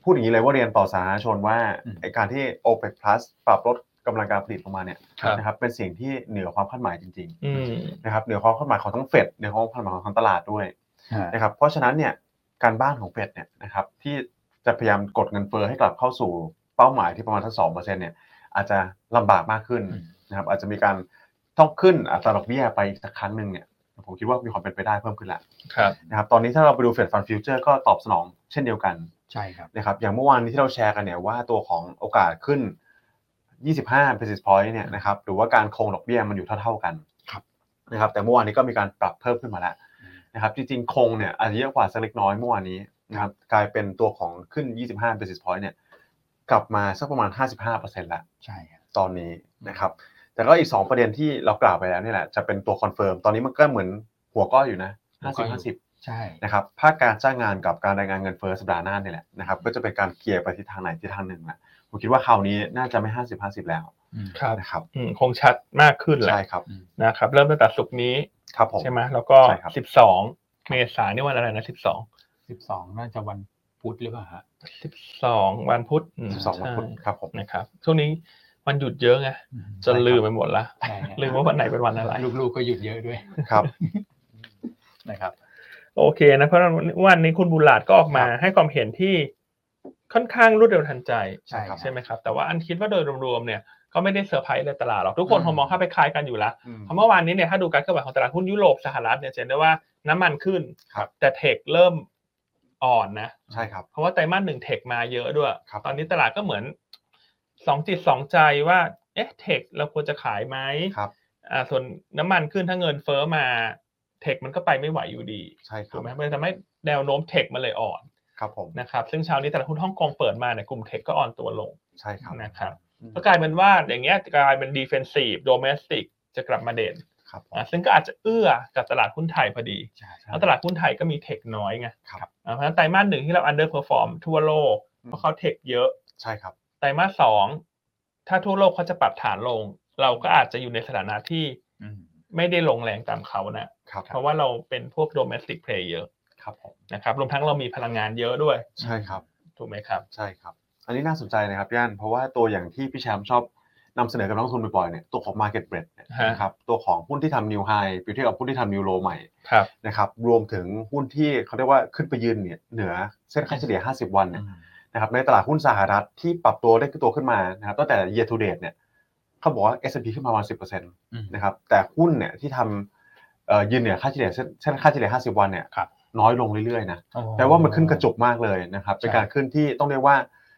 C: พูดอย่างนี้เลยว่าเรียนต่อสาธารณชนว่า
B: อืม
C: ไอการที่ OPEC Plus ปรับลดกำลังการผลิตลงมาเนี่ย
A: ครับ
C: นะครับเป็นสิ่งที่เหนือความคาดหมายจริง ๆ
A: อืม
C: นะครับเหนือความคาดหมายของทั้งเฟดเหนือความคาดหมายของทั้งตลาดด้วย
B: ฮะ
C: นะครับเพราะฉะนั้นเนี่ยการบ้านของเฟดเนี่ยนะครับที่จะพยายามกดเงินเฟ้อให้กลับเข้าสู่เป้าหมายที่ประมาณทั้งสองเปอร์เซ็นต์เนี่ยอาจจะลำบากมากขึ้น
B: อืม
C: นะครับอาจจะมีการต้องขึ้นอัตราดอกเบี้ยไปอีกสักครั้งหนึ่งเนี่ยผมคิดว่ามีความเป็นไปได้เพิ่มขึ้นละ
A: ครับ
C: นะครับตอนนี้ถ้าเราไปดูเฟดฟันฟิวเจอร์ก็ตอบสนองเช่นเดียวกัน
B: ใช่ครับ
C: นะครับอย่างเมื่อวานนี้ที่เราแชร์กันเนี่ยว่าตัวของโอกาสขึ้น 25 basis point เนี่ยนะครับหรือว่าการคงดอกเบี้ยมันอยู่เท่าๆกัน
B: ครับ
C: นะครับแต่เมื่อวานนี้ก็มีการปรับเพิ่มขึ้นมาแล้ว นะครับจริงๆคงเนี่ยอาจจะเยอะกว่าสักเล็กน้อยเมื่อวานนี้นะครับกลายเป็นตัวของขึ้น 25 basis point เนี่ยกลับมาสักประมาณ 55%ละ
B: ใช่ครับ
C: ตอนนี้นะครับแต่ก็อีก 2 ประเด็นที่เรากล่าวไปแล้วเนี่ยแหละจะเป็นตัวคอนเฟิร์มตอนนี้มันก็เหมือนหัวก้อยอยู่นะ
A: หัวก้อยอยู่
C: 50-50
B: ใช่
C: นะครับภาคการจ้างงานกับการรายงานเงินเฟ้อสัปดาห์หน้าเนี่ยแหละนะครับก็จะเป็นการเกียร์ไปทิศทางไหนทิศทางหนึ่งละผมคิดว่าคราวนี้น่าจะไม่ 50-50 แล้ว
A: ครับ
C: นะครับ
A: อืมคงชัดมากขึ้นแหละ
C: ใช่ครับ
A: นะครับ เริ่มตั้งแต่ศุกร์นี้
C: ครับผม
A: ใช่ไหมแล้วก็
C: ใช่ครับ
A: สิบสองเมษายนนี่วันอะไรนะสิบสอง
B: สิบสองน่าจะวันพุธหรือเปล่าฮะ
A: สิบสองวันพุธม
C: 12วันพุธ
A: ใช่
C: ครับผม
A: นะครับช่วงนี้วันหยุดเยอะไงจนลืมไปหมดละ
B: ใช่ครับ
A: ลืมว่าวันไหนเป็นวันอะไร
B: ลูกๆก็หยุดเยอะด้วย
C: ครับ
B: นะครับ
A: โอเคนะเพราะวันนี้คุณบุลาดก็ออกมาให้ความเห็นที่ค่อนข้างรวดเร็วทันใจ
B: ใช่ครับ
A: ใช่ไหมครับ แต่ว่าอันคิดว่าโดยรวมๆเนี่ยก็ไม่ได้เซอร์ไพรส์เลยตลาดหรอกทุกคน
B: อืม
A: คงมองเข้าไปคล้ายกันอยู่ละ
C: อืม
A: เพราะเมื่อวานนี้เนี่ยถ้าดูการเคลื่อนไหวของตลาดหุ้นยุโรปสหรัฐเนี่ยจะเห็นได้ว่าน้ำมันขึ้น
C: ครับ
A: แต่เทคเริ่มอ่อนนะ
C: ใช่ครับ
A: เพราะว่าไตรมาสหนึ่งเทคมาเยอะด้วย
C: ครับ
A: ตอนนี้ตลาดก็เหมือนสองจิตสองใจว่าเอ๊ะเทคเราควรจะขายไหม
C: ครับ
A: อ่าส่วนน้ำมันขึ้นถ้าเงินเฟ้อมาเทคมันก็ไปไม่ไหวอยู่ดี
C: ใช่ค
A: ถู
C: รั
A: ก
C: บ
A: ไหมมันจะทำให้แนวโน้มเทคมันเลยอ่อน
C: ครับผม
A: นะครับซึ่งเช้านี้ตลาดหุ้นฮ่องกงเปิดมาเนี่ยกลุ่มเทคก็อ่อนตัวลง
C: ใช่ครับ
A: นะครับ
C: อืม
A: ก็กลายเป็นว่าอย่างเงี้ยกลายเป็นดีเฟนซีฟโดเมสติกจะกลับมาเด่น
C: ครับผม
A: อ่ะซึ่งก็อาจจะเอื้อกับตลาดหุ้นไทยพอดี
B: ใช่ใช่
A: แล้วตลาดหุ้นไทยก็มีเทคน้อยไง
C: ครับ
A: อ่ะเพราะฉะนั้นไตรมาสหนึ่งที่เราอันเดอร์เพอร์ฟอร์มทั่วโลกเพราะเขาเทคเยอะ
C: ใช่ครับ
A: ไตรมาสสองถ้าทั่วโลกเขาจะปรับฐานลง เราก็อาจจะอยู่ในสถานะที่ไม่ได้ลงแรงตามเขานะครับ เพราะว่าเราเป็นพวกโดเมสติกเพลย์เยอะ
C: ครับผม
A: นะครับรวมทั้งเรามีพลังงานเยอะด้วย
C: ใช่ครับ
A: ถูกไหมครับ
C: ใช่ครับ อันนี้น่าสนใจนะครับย่านเพราะว่าตัวอย่างที่พี่แชมป์ชอบนำเสนอกับนักลงทุนบ่อยๆเนี่ยตัวของ Market b r e a d
A: ฮะ
C: นะครับตัวของหุ้นที่ทำ New High ไปเทียบกับหุ้นที่ทำ New Low ใหม่
A: ครับ
C: นะครับรวมถึงหุ้นที่เขาเรียกว่าขึ้นไปยืนเนี่ยเหนือเส้นค่าเฉลี่ย 50 วันเนี่ยนะครับในตลาดหุ้นสหรัฐที่ปรับตัวได้ตัวขึ้นมานะครับตั้งแต่ year to date เนี่ยเขาบอกว่า S&P ขึ้นมาประมาณ10%นะครับแต่หุ้นเนี่ยที่ทำเอ่อยืนเหนือค่าเฉลี่ยเส้นเส้นค่าเฉลี่ย 50 วันเนี่ย
A: ครับ
C: น้อยลงเรื่อยๆนะ แปลว่ามันขึ้นกระจุกมากเลยนะครับ เป็นการขึ้นที่ต้องเรียกว่า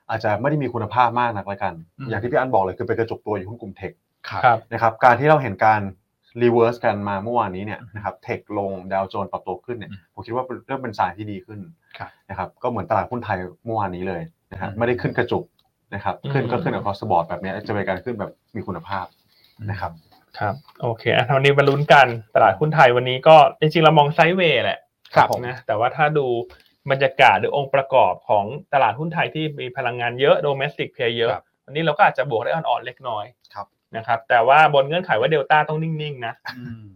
C: อาจจะไม่ได้มีคุณภาพมากนักละกัน
B: อืม
C: อย่างที่พี่อันบอกเลยคือเป็นกระจุกตัวอยู่หุ้นกลุ่มเทค
A: ครับ
C: นะครับ การที่เราเห็นการรีเวิร์สกันมาเมื่อวานนี้เนี่ยนะครับเทคลงดาวโจนส์ปรับตัวขึ้นเนี่ยผมคิดว่าเป็นเริ่มเป็นสายที่ดีขึ้น
B: ครับ
C: นะครับก็เหมือนตลาดหุ้นไทยเมื่อวานนี้เลยนะครับ
B: อืม
C: ไม่ได้ขึ้นกระจุกนะครับขึ้นก็
A: อืม
C: ขึ้น across the board แบบเนี้ยจะเป็นการขึ้นแบบมีคุณภาพนะครับ
A: ครับ โอเคอ่ะวันนี้มาลุ้นกันตลาดหุ้นไทยวันนี้ก็จริงๆเรามองไซด์เวย์แหละ
C: ครับผม
A: นะแต่ว่าถ้าดูบรรยากาศหรือองค์ประกอบของตลาดหุ้นไทยที่มีพลังงานเยอะโดเมสติกเพลเยอะ
C: ครับ
A: วันนี้เราก็อาจจะบวกได้อ่อนๆเล็กน้อย
C: ครับ
A: นะครับ แต่ว่าบนเงื่อนไขว่าเดลต้าต้องนิ่งๆนะ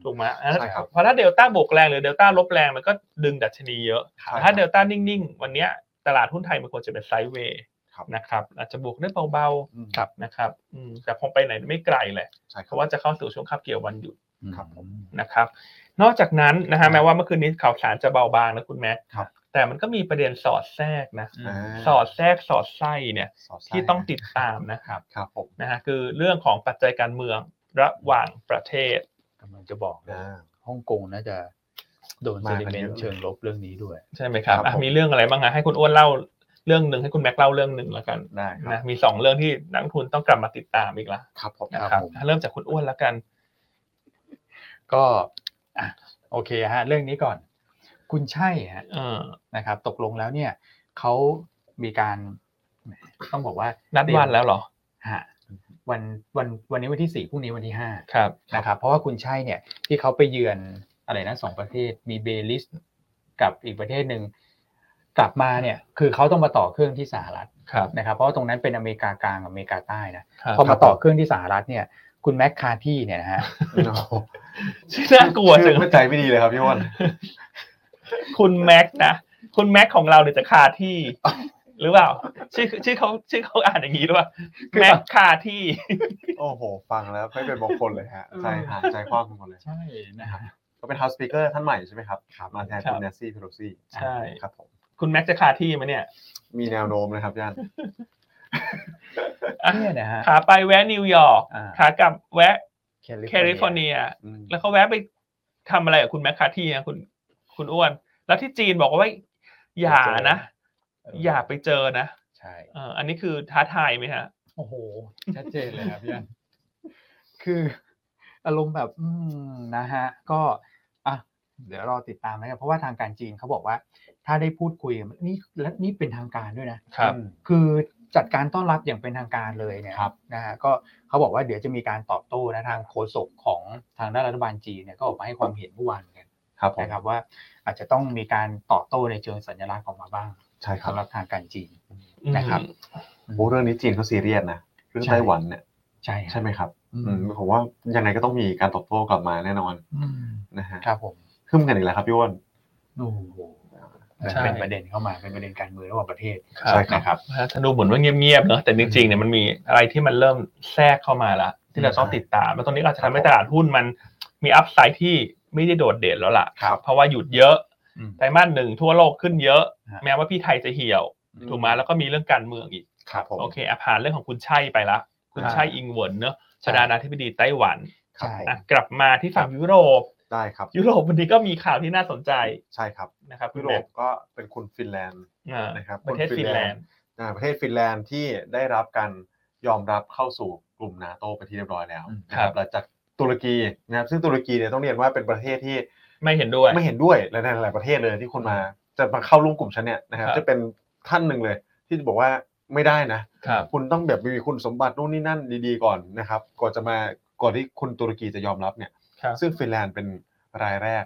A: ถูกไหมอ่ะ
C: ใช่ครับ
A: เพราะถ้าเดลต้าบวกแรงหรือเดลต้าลบแรงมันก็ดึงดัชนีเยอะ แต่ถ้าเดลต้านิ่งๆ วันเนี้ยตลาดหุ้นไทยมันควรจะเป็นไซด์เวย์
C: ครับ
A: นะครับอาจจะบวกได้เบา
C: อืม
B: ครับ
A: ๆนะครับอืมแต่คงไปไหนไม่ไกลแหละ
C: ใช่ค
A: เพ
C: รับ
A: ราะว่าจะเข้าสู่ช่วงคาบเกี่ยววันหยุด
C: ครับผม
A: นะครับ นอกจากนั้นนะฮะแม้ว่าเมื่อคืนนี้ข่าวสารจะเบาบางนะคุณแม็ก
C: ครับ
A: แต่มันก็มีประเด็นสอดแทรกนะ
C: อ่า
A: สอดแทรกสอดไส้เนี่ย
C: สดไส้
A: ที่ต้องติดตามนะครับ
C: ครับผม
A: นะฮะคือเรื่องของปัจจัยการเมืองระหว่างประเทศ
B: กำลังจะบอกเลย
C: อ่า
B: ฮ่องกงน่าจะโดน
C: มา
B: เซ
C: กัน
B: ติเมนต์
C: เยอะ
B: เชิงลบเรื่องนี้ด้วย
A: ใช่ไหมครับ
C: ครับ
A: อ่ะ
C: ผม
A: มีเรื่องอะไรบ้างฮะให้คุณอ้วนเล่าเรื่องหนึ่งให้คุณแม็กเล่าเรื่องหนึ่งแล้วกัน
C: ได้ครับ
A: นะมีสองเรื่องที่นักลงทุนต้องกลับมาติดตามอีกละ
C: ครับผม
A: นะค
B: ครั
A: รับบ
B: ผม
A: อ่ะเริ่มจากคุณอ้วนแล้วกัน
B: ก็อ่ะโอเคฮะเรื่องนี้ก่อน คุณใช่ฮะ
A: เออ
B: นะครับตกลงแล้วเนี่ยเขามีการแหมต้องบอกว่า
A: นัดวันแล้วเหรอ
B: ฮะวันวันวันนี้วันที่สี่พรุ่งนี้วันที่ห้า
A: ครับ
B: นะครับเพราะว่าคุณชัยเนี่ยที่เขาไปเยือนอะไรนะสองประเทศมีเบลิสกับอีกประเทศหนึ่งกลับมาเนี่ยคือเขาต้องมาต่อเครื่องที่สหรัฐ
A: ครับ
B: นะครับเพราะว่าตรงนั้นเป็นอเมริกากลางกับอเมริกาใต้นะครับ พอมาต่อเครื่องที่สหรัฐเนี่ยคุณแมคคาร์ที่เนี่ยนะฮะ
A: น่ากลัวจัง
C: ชื่อเข้าใจไม่ดีเลยครับพี่ อ้วน
A: คุณแม็กนะคุณแม็กของเราเนี่ยจะคาที่ หรือเปล่าชื่อชื่อเขาชื่อเขาอ่านอย่างนี้ด้วย
B: คือแบบ
A: แม็กคาที่
C: โอ้โห ฟังแล้วไม่เป็นมงคลเลยฮะ ใจหายใจคว้างกันหมดเลย
B: ใช่นะฮะ
C: ก็เป็น House Speaker ท่านใหม่ใช่ไหมครับ
B: ครับ
C: มาแทน
A: ครั
C: คุ
A: บ
C: ณ n นซี่เพโลซี่
A: ใช่
C: ครับผม
A: คุณแม็กจะคาที่ไหมเนี่ย
C: มีแนวโน้มนะครับย่าน
A: อ่ะ
B: เนี่ยนะฮะ
A: ขาไปแวะนิวยอร์ก
B: อ่า
A: ขากลับแวะแคลิฟอร์เนีย แล้วเขาแวะไปทำอะไรกับคุณแมคคาที่นะคุณคุณอ้วน แล้วที่จีนบอกว่าอย่านะ อย่าไปเจอนะ
B: ใช่
A: เอออันนี้คือท้าทายไหมฮะ
B: โอ้โห ชัดเจนเลย ครับพี่อันคืออารมณ์แบบ อืมนะฮะ ก็อ่ะเดี๋ยวรอติดตามแล้วกันเพราะว่าทางการจีนเขาบอกว่า ถ้าได้พูดคุยกันนี่และนี่เป็นทางการด้วยนะครับ คือจัดการต้อนรับอย่างเป็นทางการเลยเนี่ย
C: ครับ
B: นะฮะก็เขาบอกว่าเดี๋ยวจะมีการตอบโต้นะทางโฆษกของทางด้านรัฐบาลจีนเนี่ยก็ออกมาให้ความเห็นเมื่อวานเหมือนกัน
C: ครับผม
B: นะครับว่า อาจจะต้องมีการตอบโต้ในเชิงสัญลักษณ์ออกมาบ้าง
C: ใช่ครับ
B: สำหรับทางการจีน นะครับ
C: โอ้เรื่องนี้จีนเขาซีเรียสนะ เรื่องไต้หวันเนี่ย
B: ใช่ฮะ
C: ใช่ไหมครับ
B: อื
C: อื
B: ม
C: มผมว่ายังไงก็ต้องมีการตอบโต้กลับมาแน่นอนนะฮะ
B: ครับผม
C: ขึ้นกันอีกแล้วครับพี่อ้วน
B: โอ้โห
A: ใช่
B: เป็นประเด็นเข้ามาเป็นประเด็นการเมืองระหว่างประเทศ
A: ครับ
C: ใช่
B: นะครับ
A: ถ้าดูเหมือนว่าเงียบๆเนอะแต่จริงๆเนี่ยมันมีอะไรที่มันเริ่มแทรกเข้ามาละที่เราต้องติดตามแล้วตรงนี้ก็อาจจะทำให้ตลาดหุ้นมันมีอัพไซด์ที่ไม่ได้โดดเด่นแล้วล่ะ
C: ครับ
A: เพราะว่าหยุดเยอะ
B: อืม
A: ไตรมาสหนึ่งทั่วโลกขึ้นเยอะ
B: ฮะ
A: แม้ว่าพี่ไทยจะเหี่ยวถูกไหมแล้วก็มีเรื่องการเมืองอีก
C: ครับผม
A: โอเคอ่ะผ่านเรื่องของคุณชัยไปละ คุณ
C: อ่า
A: ชัยอิงเหวินเนอะประธานาธิบดีไต้หวัน
C: ครับผม
A: อ่ะกลับมาที่ฝั่งยุโรป
C: ได้ครับ
A: ยุโรปวันนี้ก็มีข่าวที่น่าสนใจ
C: ใช่ครับ
A: นะครับคุ
C: ยุ
A: ณ
C: โร
A: แม็
C: ป
A: ก
C: ก็เป็นคุณฟินแลนด์
A: อ่า
C: นะครับ
A: ประเทศ
C: คนฟิ
A: ฟิ
C: น
A: น
C: แล
A: แล
C: น
A: น
C: ด์
A: ด์
C: อ่าประเทศฟินแลนด์ที่ได้รับการยอมรับเข้าสู่กลุ่มนาโตไปนที่เรียบร้อยแล้ว
B: อืม
C: นะ
A: ค
C: ค
A: รั
C: รับบ หลังจากตุรกีนะครับซึ่งตุรกีเนี่ยต้องเรียนว่าเป็นประเทศที่
A: ไม่เห็นด้วย
C: ไม่เห็นด้วยและในหลายประเทศเลยที่คนมาจะมาเข้าร่วมกลุ่มฉันเนี่ยนะครับ
A: ครับ
C: จะเป็นท่านหนึ่งเลย ที่บอกว่าไม่ได้นะ
A: ครับ
C: คุณต้องแบบมีคุณสมบัตินู่นนี่นั่นดีๆก่อนนะครับก่อนจะมาก่อนที่คุณตุรกีจะยอมรับเนี่ย
A: ครับ
C: ซึ่งฟินแลนด์เป็นรายแรก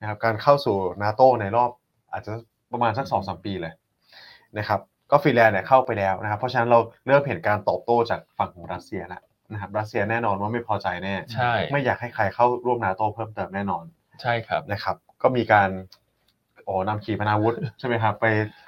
C: นะครับการเข้าสู่นาโตในรอบอาจจะประมาณสักสองสามปีเลยนะครับก็ฟินแลนด์เนี่ยเข้าไปแล้วนะครับเพราะฉะนั้นเราเริ่มเห็นการตอบโต้จากฝั่งของรัสเซียแล้วนะครับรัสเซียแน่นอนว่าไม่พอใจแน่
A: ใช่
C: ไม่อยากให้ใครเข้าร่วมนาโตเพิ่มเติมแน่นอน
A: ใช่ครับ
C: นะครับก็มีการ อ๋อนำขีปนาวุธ ใช่ไหมครับ ไป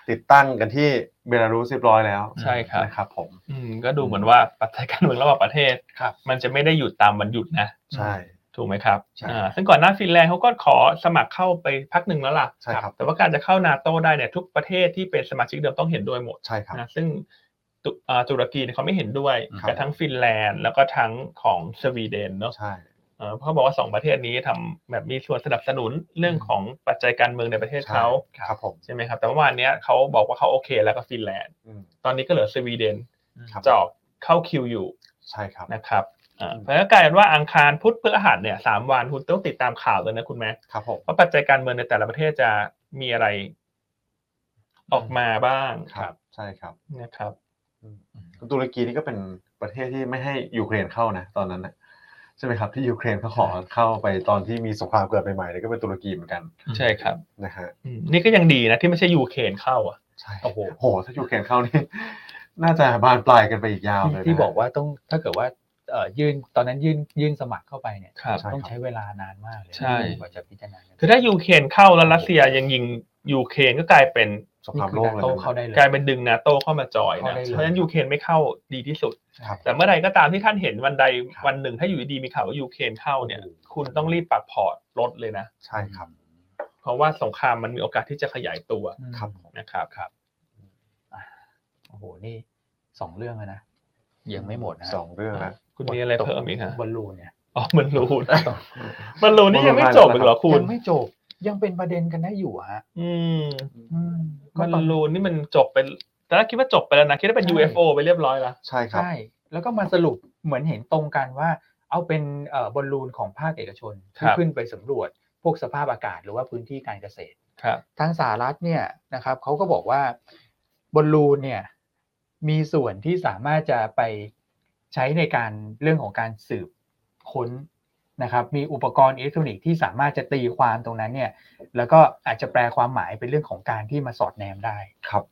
C: ติดตั้งกันที่เบลารุสเรียบร้อยแล้ว
A: ใช่ครับ
C: นะครับผม
A: อืมก็ดูเหมือนว่าปัจจัยการเมืองระหว่างประเทศ
E: ครับ
A: มันจะไม่ได้หยุดตามวันหยุดนะ
C: ใช่
A: ถูกไหมครับ
C: ใช่
A: อ่าซึ่งก่อนหน้าฟินแลนด์เขาก็ขอสมัครเข้าไปพักหนึ่งแล้วล่ะ
C: ใช่ครับ
A: แต่ว่าการจะเข้านาโตได้เนี่ยทุกประเทศที่เป็นสมาชิกเดิมต้องเห็นด้วยหมด
C: ใช่ครับ
A: นะซึ่งตุอ่าตุรกีเนี่ยเขาไม่เห็นด้วย
C: ครับ
A: กับทั้งฟินแลนด์แล้วก็ทั้งของสวีเดนเนาะ
C: ใช่
A: เอ่อเพราะเขาบอกว่าสองประเทศนี้ทำแบบมีส่วนสนับสนุนเรื่องของปัจจัยการเมืองในประเทศเขา
C: ใช่ครับผม
A: ใช่ไหมครับแต่ว่าวันเนี้ยเขาบอกว่าเขาโอเคแล้วก็ฟินแลนด์
C: อืม
A: ตอนนี้ก็เหลือสวีเดน
C: ครับ
A: จอกเข้าคิวอยู่
C: ใช่ครับ
A: นะครับอ่า
C: อืม
A: เพราะฉะนั้นกลายเป็นว่าอังคารพุธพฤหัสเนี่ยสามวันคุณต้องติดตามข่าวเลยนะคุณแม่
C: ครับผม
A: ว่าปัจจัยการเมืองในแต่ละประเทศจะมีอะไรออกมาบ้าง
C: ครับใช่ครับ
A: นะครับ
C: ตุรกีนี่ก็เป็นประเทศที่ไม่ให้ยูเครนเข้านะตอนนั้นนะใช่ไหมครับที่ยูเครนเขาขอเข้าไปตอนที่มีสงครามเกิดใหม่ๆเนี่ยก็เป็นตุรกีเหมือนกัน
A: ใช่ครับ
C: นะฮะ
A: อืมนี่ก็ยังดีนะ ที่ไม่ใช่ยูเครนเข้าอ่ะ
C: ใช่
B: โอ้โห
C: โหถ้ายูเครนเข้านี่น่าจะบานปลายกันไปอีกยาวเลยนะ
B: ที่
C: ฮะ
B: ที่บอกว่าต้องถ้าเกิดว่าเอ่อยื่นตอนนั้นยื่นยื่นสมัครเข้าไปเนี่ย
A: ครับ
C: ใช่ครับ
B: ต้องใช้เวลานานมากเลย
A: ใช่
B: กว่าจะพิจารณากัน
A: คือถ้ายูเครนเข้าแล้วรัสเซียยังยิงยูเครนก็กลายเป็น
C: สงครามโลกเลย
B: นี่คือ NATO
C: นะ
B: เข้าได้เลย
A: กลายเป็นดึงนาโตเข้ามาจอย
B: เข้า
A: นะ
B: ได้เลย
A: เพราะฉะนั้นยูเครนไม่เข้าดีที่สุด
C: ครับ
A: แต่เมื่อใดก็ตามที่ท่านเห็นวันใด
C: ครับ
A: วันหนึ่งถ้าอยู่ดีๆมีข่าวว่ายูเครนเข้าเนี่ย คุณต้องรีบปรับพอร์ตลดเลยนะ
C: ใช่ครับ
A: เพราะว่าสงครามมันมีโอกาสที่จะขยายตัว
B: อืม
C: ครับ
A: นะครับ
B: โอ้โหนี่สองเรื่องแล้วนะยังไม่หมดนะ
C: สองเรื่องนะ
A: คุณมีอะไรเพิ่มอีกฮะ
B: บอลลูนเนี่ย
A: อ๋อมันรูนมันรูนนี่ยังไม่จบอีกเหรอคุ
B: ยั
A: ณ
B: งไม่จบยังเป็นประเด็นกันได้อยู่ฮะ
A: อืม
B: อืมก็
A: มัน
B: ตอน
A: รูนนี่มันจบไปแต่ถ้าคิดว่าจบไปแล้วนะคิดว่าเป็น UFO ไปเรียบร้อยแล้ว
C: ใช่ครับ
B: ใช่แล้วก็มาสรุปเหมือนเห็นตรงกันว่า เอาเป็นเอ่อบอลลูนของภาคเอกชนที่
A: ครับ
B: ขึ้นไปสำรวจพวกสภาพอากาศหรือว่าพื้นที่การเกษตร
A: ครับ
B: ทางสหรัฐเนี่ยนะครับเขาก็บอกว่าบอลลูนเนี่ยมีส่วนที่สามารถจะไปใช้ในการเรื่องของการสืบค้นนะครับ มีอุปกรณ์อิเล็กทรอนิกส์ที่สามารถจะตีความตรงนั้นเนี่ยแล้วก็อาจจะแปลความหมายเป็นเรื่องของการที่มาสอดแนมได้
C: ครับ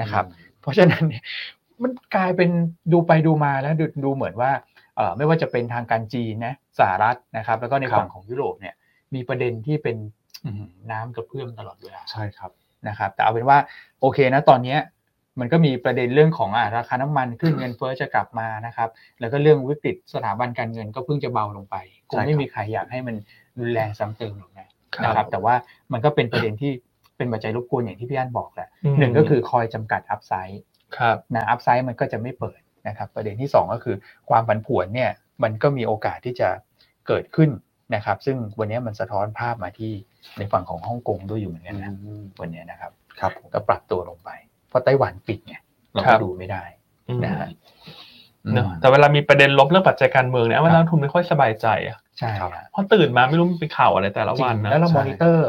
B: นะครับ เพราะฉะนั้นเนี่ย มันกลายเป็นดูไปดูมาแล้วดูดูเหมือนว่าเอ่อไม่ว่าจะเป็นทางการจีนนะสหรัฐนะครับ แล้วก็ในฝั่งของยุโรปเนี่ยมีประเด็นที่เป็นอื้อหือน้ำกระเพื่อมตลอดเวลา
C: ใช่ครับ
B: นะครับแต่เอาเป็นว่าโอเคนะตอนเนี้ยมันก็มีประเด็นเรื่องของอ่ะราคาน้ำมันขึ้นเงินเฟ้อจะกลับมานะครับ แล้วก็เรื่องวิกฤตสถาบันการเงินก็เพิ่งจะเบาลงไปคงไม่
C: ใช่ครับ
B: มีใครอยากให้มันรุนแรงซ้ำเติมหรอกนะ
A: ครั
B: นะ
A: บ
B: ครับ แต่ว่ามันก็เป็นประเด็นที่เป็นปัจจัยรบกวนอย่างที่พี่อันบอกแหละ
A: อืม
B: หนึ่งก็คือคอยจำกัดอัพไซด์
A: ครับ
B: นะอัพไซด์มันก็จะไม่เปิดนะครับ ประเด็นที่สองก็คือความผันผวนเนี่ยมันก็มีโอกาสที่จะเกิดขึ้นนะครับ ซึ่งวันนี้มันสะท้อนภาพมาที่ในฝั่งของฮ่องกงด้วยอยู่เหมือนกันนะวันนี้นะครับ
C: ครับผม
B: ก็ปรับตัวลงไป เพราะไต้หวันปิดไงเรา
A: ครับ
B: ก็ดูไม่ได้
A: อืม
B: นะฮะ
A: เนอะ
B: อืม
A: แต่เวลามีประเด็นลบเรื่องปัจจัยการเมืองเนี่ยว่านักลงทุนไม่ค่อยสบายใจอ่ะ
B: ใช่ฮะ
A: เพราะตื่นมาไม่รู้มันเป็นข่าวอะไรแต่ละ
B: จริ
A: วัน
B: ง
A: นะ
B: แล้วเรามอนิเตอร์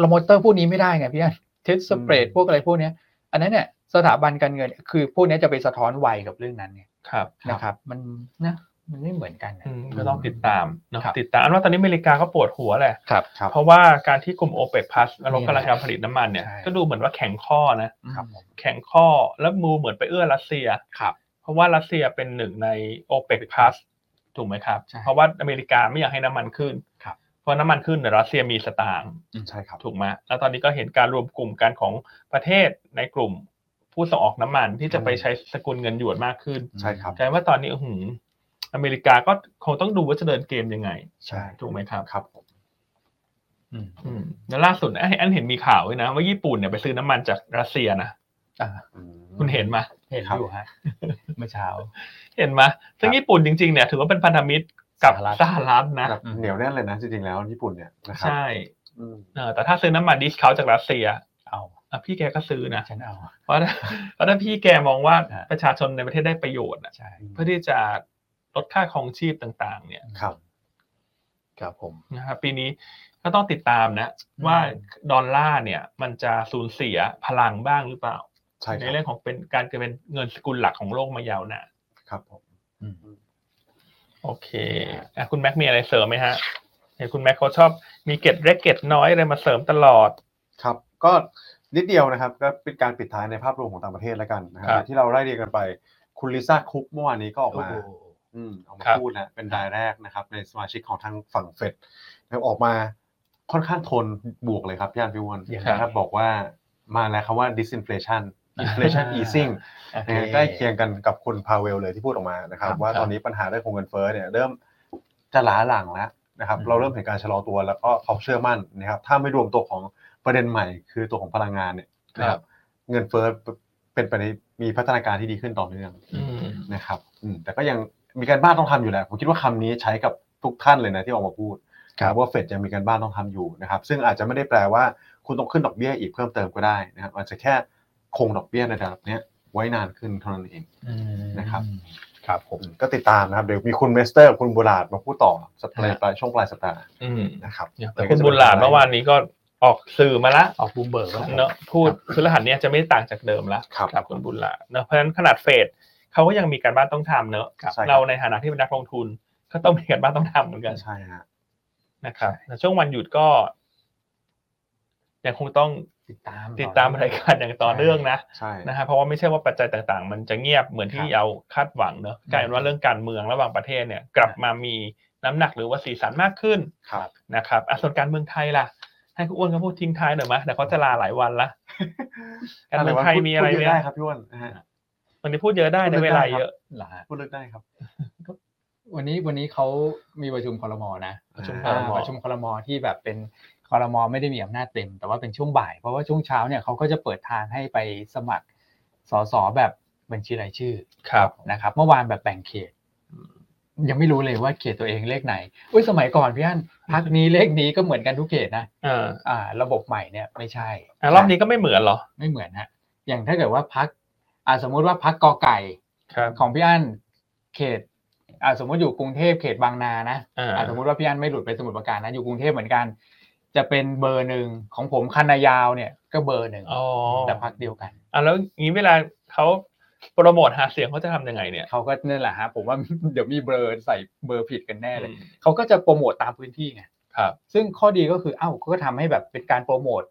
B: เรามอนิเตอร์พวกนี้ไม่ได้ไงพี่อันเทสสเปรดพวกอะไรพวกเนี้ย อันนั้นเนี่ยสถาบันการเงิน คือพวกเนี้ยจะไปสะท้อนไวกับเรื่องนั้นไง
A: ครับ
B: นะครับ มันนะมันไม่เหมือนกันนะ
A: อืมก็ต้องติดตามเนอะ
B: ครับ
A: ติดตามอันว่าตอนนี้อเมริกาก็ปวดหัวแหละ
B: ครับ
C: ครับ
A: เพราะว่าการที่กลุ่มโอเปกพลัสลดกำลังการผลิตน้ำมันเนี่ย
B: ใช่
A: ก็ดูเหมือนว่าแข็งข้อนะ
B: ครับ
A: แข็งข้อแล้วมูเหมือนไปเอื้อรัสเซีย
B: ครับ
A: เพราะว่ารัสเซียเป็นหนึ่งในโอเปกพลัสถูกไหมครับ
B: ใช่
A: เพราะว่าอเมริกาไม่อยากให้น้ำมันขึ้น
B: ครับ
A: เพราะน้ำมันขึ้นเนี่ยรัสเซียมีสตางค์
C: ใช่ครับ
A: ถูกไหมแล้วตอนนี้ก็เห็นการรวมกลุ่มกันของประเทศในกลุ่มผู้ส่งออกน้ำมันที่จะไปใช้สกุลเงินหยวนมากขึ้น
C: ใช่ครับ
A: กลายว่าตอนนี้อื้อหืออเมริกาก็คงต้องดูว่าจะเดินเกมยังไง
C: ใช่
A: ถูกไหมครับ
C: ครับผม
B: อืม
A: อืมแล้วล่าสุดไอ้ยอันเห็นมีข่าวด้วยนะว่าญี่ปุ่นเนี่ยไปซื้อน้ำมันจากรัสเซียนะ
B: อ่า
A: คุณเห็นไหม
B: เห็นอยู่ฮะเมื่อเช้า
A: เห็นไหมซึ่งญี่ปุ่นจริงๆเนี่ยถือว่าเป็นพันธมิตรกับ
B: สหรัฐ
A: สหรัฐนะ
C: แบบเหนียวแน่นเลยนะจริงๆแล้วญี่ปุ่นเนี่ยนะครับ
A: ใช่
C: อืม
A: เออแต่ถ้าซื้อน้ำมันดิสเขาจากรัสเซีย
B: เอา
A: อ่ะพี่แกก็ซื้อนะ
B: ฉันเอา
A: เพราะเพราะถ้าพี่แกมองว่า
B: อ่า
A: ประชาชนในประเทศได้ประโยชน์อะ
B: ใช่
A: เพื่อที่จะลดค่าครองชีพต่างๆ เนี่ย
C: ครับ
B: ครับผม
A: นะครับปีนี้ก็ต้องติดตามนะ ว่าดอลลาร์เนี่ยมันจะสูญเสียพลังบ้างหรือเปล่า
C: ใช่ค
A: ใน
C: รับ
A: เรื่องของเป็นการเกิดเป็นเงินสกุลหลักของโลกมายาวนาน
C: ครับผม
A: โอเคอ่ะคุณแม็กมีอะไรเสริมไหมฮะเห็นคุณแม็กเขาชอบมีเกร็ดเล็กเกร็ดน้อยอะไรมาเสริมตลอด
C: ครับ ก็นิดเดียวนะครับ ก็เป็นการปิดท้ายในภาพรวมของต่างประเทศแล้วกันนะครับ
A: ครับ
C: ที่เราไล่เรียงกันไป คุณลิซ่าคุกเมื่อวานนี้ก็ออกมา อืมออกมา
A: ครับ
C: พูดนะเป็นรายแรกนะครับ ในสมาชิกของทางฝั่งเฟดนะครับออกมา ค่อนข้างทนบวกเลยครับพี่อันพี่อ้วน
B: ยังไง
C: นะครับบอกว่ามาแล้วคำว่า disinflation inflation
B: อ่า
C: easing
B: โอเค
C: ใกล้เคียงกันกับคุณพาเวลเลยที่พูดออกมานะครับ
B: ครับ
C: ว่า
B: ครับ
C: ตอนนี้ปัญหาเรื่องของเงินเฟ้อเนี่ยเริ่มจะล้าหลังแล้วนะครับ
B: อืม
C: เราเริ่มเห็นการชะลอตัวแล้วก็เขามเชื่อมั่นนะครับ ถ้าไม่รวมตัวของประเด็นใหม่คือตัวของพลังงานเนี่ยนะครับ เงินเฟ้อเป็นไปในมีพัฒนาการที่ดีขึ้นต่อเนื่อง
A: อืม
C: นะครับอืมแต่ก็ยังมีการบ้านต้องทำอยู่แหละ ผมคิดว่าคำนี้ใช้กับทุกท่านเลยนะที่ออกมาพูด
B: ครับ
C: ว่าเฟดยังมีการบ้านต้องทำอยู่นะครับ ซึ่งอาจจะไม่ได้แปลว่าคุณต้องขึ้นดอกเบี้ยอีกเพิ่มเติมก็ได้นะครับอาจจะแค่คงดอกเบี้ยในระดับเนี้ยไว้นานขึ้นเท่านั้นเอง
B: อืม
C: นะครับ
B: ครับผม
C: ก็ติดตามนะครับ เดี๋ยวมีคุณเมสเตอร์กับคุณบุลาดมาพูดต่อสัปดาห์ปลายช่วงปลายสัปดาห์
A: อืม
C: นะครับ
A: แต่คุณบุญหลาดเมื่อวานนี้ก็ออกสื่อมาละ
F: ออกบูมเบิร์กแล้ว
A: เนอะพูดคือรหัสเนี้ยจะไม่ต่างจากเดิมละ
C: ครับ
A: กับคุณบุญละเนอะเพราะฉะนั้นขนาดเฟดเขาก็ยังมีการบ้านต้องทำเนอะ
C: ใช่ค
A: เรา
C: บ
A: ในฐานะที่เป็นนักลงทุน ก็ต้องมีการบ้านต้องทำเหมือนกัน
C: ใช่ฮะ
A: นะครับแต่ช่วงวันหยุดก็ยังคงต้อง
B: ติดตาม
A: ติดตามรายการอย่างต่อเนื่องนะ
C: ใช่
A: นะฮะเพราะว่าไม่ใช่ว่าปัจจัยต่างๆ มันจะเงียบเหมือนที่เราคาดหวังเนอะกลายเป็นว่าเรื่องการเมืองระหว่างประเทศเนี่ย กลับมามีน้ำหนักหรือว่าสีสันมากขึ้น
C: ครับ
A: นะครับอ่ะส่วนการเมืองไทยล่ะ ให้คุณอ้วนเขาพูดทิ้งท้ายหน่อยมะแต่เขาจะลาหลายวันละการเมืองไทยมีอะไร
C: พูดเย
A: เนี่ย
C: อะได้ครับพี่อ้วนนะฮะ
A: วันนี้พูดเยอะได้ในเวลาเยอะ
B: เหรอฮะ
C: พูดเลือกได้ครับ
B: วันนี้วันนี้เขามีประชุมคอรมอนะ
C: ประชุม
B: อ่า
C: ครม
B: ประชุมคอรมอที่แบบเป็นคอรมอไม่ได้มีอำนาจเต็ม แต่ว่าเป็นช่วงบ่าย เพราะว่าช่วงเช้าเนี่ยเขาก็จะเปิดทางให้ไปสมัครสสแบบบัญชีรายชื่อ
A: ครับ
B: นะครับ เมื่อวานแบบแบ่งเขต ยังไม่รู้เลยว่าเขตตัวเองเลขไหนอุ้ยสมัยก่อนพี่อันพักนี้เลขนี้ก็เหมือนกันทุกเขตนะ
A: เออ
B: อ่า ระบบใหม่เนี่ยไม่ใช่
A: อ่ะรอบนี้ก็ไม่เหมือนเหรอ
B: ไม่เหมือนฮะ อย่างถ้าเกิดว่าพักอ่าสมมุติว่าพักกอไก่
A: ครับ
B: ของพี่อั้นเขตอ่าสมมติอยู่กรุงเทพเขตบางนานะ
A: อ่า
B: ะสมมติว่าพี่อั้นไม่หลุดไปสมุทรปราการนะอยู่กรุงเทพเหมือนกัน จะเป็นเบอร์หนึ่งของผมคันนายาวเนี่ย ก็เบอร์หนึ่ง
A: อ๋อ
B: แต่พักเดียวกัน
A: อ่ะแล้วงี้เวลาเขาโปรโมทหาเสียงเขาจะทำยังไงเนี่ย
B: เขาก็นั่นแหละฮะผมว่า เดี๋ยวมีเบอร์ใส่เบอร์ผิดกันแน่เลยเขาก็จะโปรโมทตามพื้นที่ไง
A: ครับ
B: ซึ่งข้อดีก็คือเอ้าก็ทำให้แบบเป็นการโปรโมท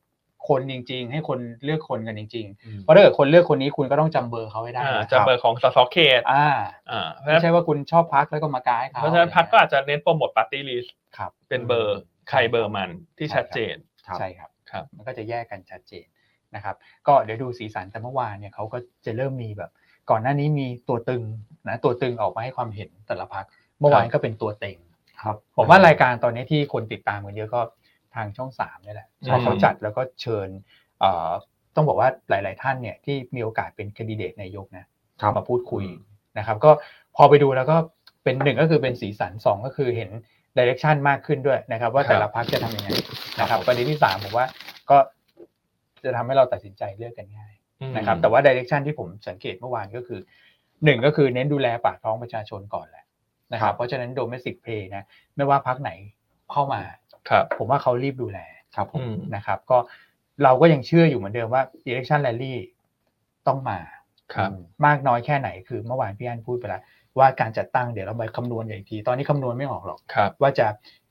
B: คนจริง ๆ ให้คนเลือกคนกันจริง
C: อืม
B: ๆเพราะถ้าเกิดคนเลือกคนนี้คุณก็ต้องจำเบอร์เขาให้ได้
A: อ่า
B: นะ
A: จะเบอร์ของสสเขต
B: อ่า
A: อ่าเพราะฉะ
B: ไม่
A: นั้น
B: ใช่ว่าคุณชอบพักแล้วก็มากายเขา
A: เพราะฉะนั้นพักก็อาจจะเน้นโปรโมทปาร์ตี้ลิส
B: ครับ
A: เป็นเบอร์ใครเบอร์มันที่ชัดเจน
C: ครับ
B: ใช่ครับ
A: ครับ
B: มันก็จะแยกกันชัดเจนนะครับ ก็เดี๋ยวดูสีสันแต่เมื่อวานเนี่ยเขาก็จะเริ่มมีแบบ ก่อนหน้านี้มีตัวตึงนะตัวตึงออกมาให้ความเห็นแต่ละพัก เมื่อวานก็เป็นตัวเต็ง
C: ครับ
B: ผมว่ารายการตอนนี้ที่คนติดตามกันเยอะก็ทางช่องสามนี่แหละ
A: ใช่
B: เพราะเขาจัดแล้วก็เชิญเอ่อต้องบอกว่าหลาย ๆ ท่านเนี่ยที่มีโอกาสเป็นแคนดิเดตนายกนะ
C: ครับ
B: มาพูดคุย
C: อืม
B: นะครับก็พอไปดูแล้วก็เป็นหนึ่งก็คือเป็นสีสันสองก็คือเห็นดิเรกชันมากขึ้นด้วยนะครับ ว่าแต่ละพักจะทำยังไงนะครับประเด็นที่สามผมว่าก็จะทำให้เราตัดสินใจเลือกกันง่ายนะครับแต่ว่าดิเรกชันที่ผมสังเกตเมื่อวานก็คือหนึ่งก็คือเน้นดูแลปากท้องประชาชนก่อนแหละนะค
C: ครั
B: รับบ เพราะฉะนั้นโดเมสิกเพย์นะไม่ว่าพักไหนเข้ามา
A: ครับ
B: ผมว่าเขารีบดูแล
C: ครับผม
A: อืม
B: นะครับก็เราก็ยังเชื่ออยู่เหมือนเดิมว่า election rally ต้องมา
A: ครับ
B: อืมมากน้อยแค่ไหนคือเมื่อวานพี่อันพูดไปแล้วว่าการจัดตั้งเดี๋ยวเราไปคำนวณกันอีกที ตอนนี้คำนวณไม่ออกหรอก
A: ครับ
B: ว่าจะ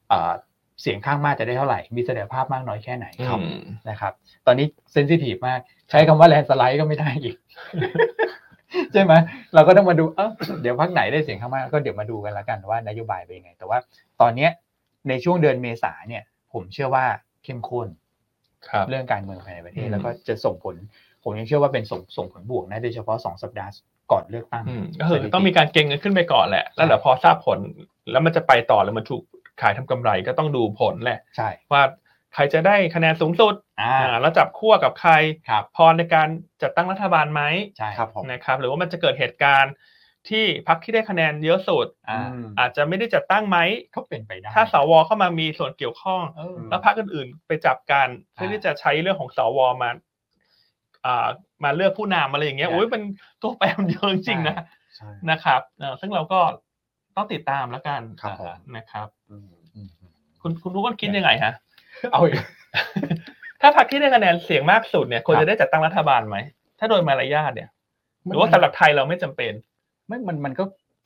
B: เอ่อเสียงข้างมากจะได้เท่าไหร่ มีเสถียรภาพมากน้อยแค่ไหน
A: อืม
B: นะครับ ตอนนี้เซนซิทีฟมากใช้คำว่าแลนสไลด์ก็ไม่ได้อีก ใช่ไหมเราก็ต้องมาดูเออเดี๋ยวพักไหนได้เสียงข้างมากก็เดี๋ยวมาดูกันละกันว่านโยบายเป็นยังไง แต่ว่าตอนเนี้ยในช่วงเดือนเมษาเนี่ย ผมเชื่อว่าเข้มข้น
A: ครับ
B: เรื่องการเมืองภายในประเท
A: อื
B: ศ
A: ม
B: แล้วก็จะส่งผล ผมยังเชื่อว่าเป็นส่งส่งผลบวกนะโดยเฉพาะสองสัปดาห์ก่อนเลือกตั้ง
A: อืมก็คือต้องมีการเก็งเงินขึ้นไปก่อนแหละ แล้วเดี๋ยวพอทราบผลแล้วมันจะไปต่อหรือมันถูกขายทำกำไรก็ต้องดูผลแหละ
B: ใช่
A: ว่าใครจะได้คะแนนสูงสุด
B: อ่า
A: อ่าแล้วจับคั่วกับใคร
B: ครับ
A: พอในการจัดตั้งรัฐบาลไหม
B: ใช่
C: ครับผม
A: นะครับ หรือว่ามันจะเกิดเหตุการณ์ที่พรรคที่ได้คะแนนเยอะสุด
B: อ่า
C: อืม
A: อาจจะไม่ได้จัดตั้งไหม
B: ก็เป็นไปได้
A: ถ้าสวเข้ามามีส่วนเกี่ยวข้อง
B: เออ
A: แล้วพรรคอื่นๆ ไปจับกันเพื่อที่จะใช้เรื่องของสวมาอ่ามาเลือกผู้นำอะไรอย่างเงี้ย
B: ใช่
A: โอ้ยมันตัวแปรมันเยอะจริงๆนะ
C: ใช่
A: นะครับเอ่อซึ่งเราก็ต้องติดตามแล้วกัน
C: ครับผม
A: นะครับ
C: อืม
B: อืม
A: คุณคุณรู้ว่าคิดยังไงฮะ
B: เอาอีก
A: ถ้าพรรคที่ได้คะแนนเสียงมากสุดเนี่ยควร
B: ครับ
A: จะได้จัดตั้งรัฐบาลไหม ถ้าโดยมารยาทเนี่ย หรือว่าสำหรับไทยเราไม่จำเป็น
B: ไม่มันมันก็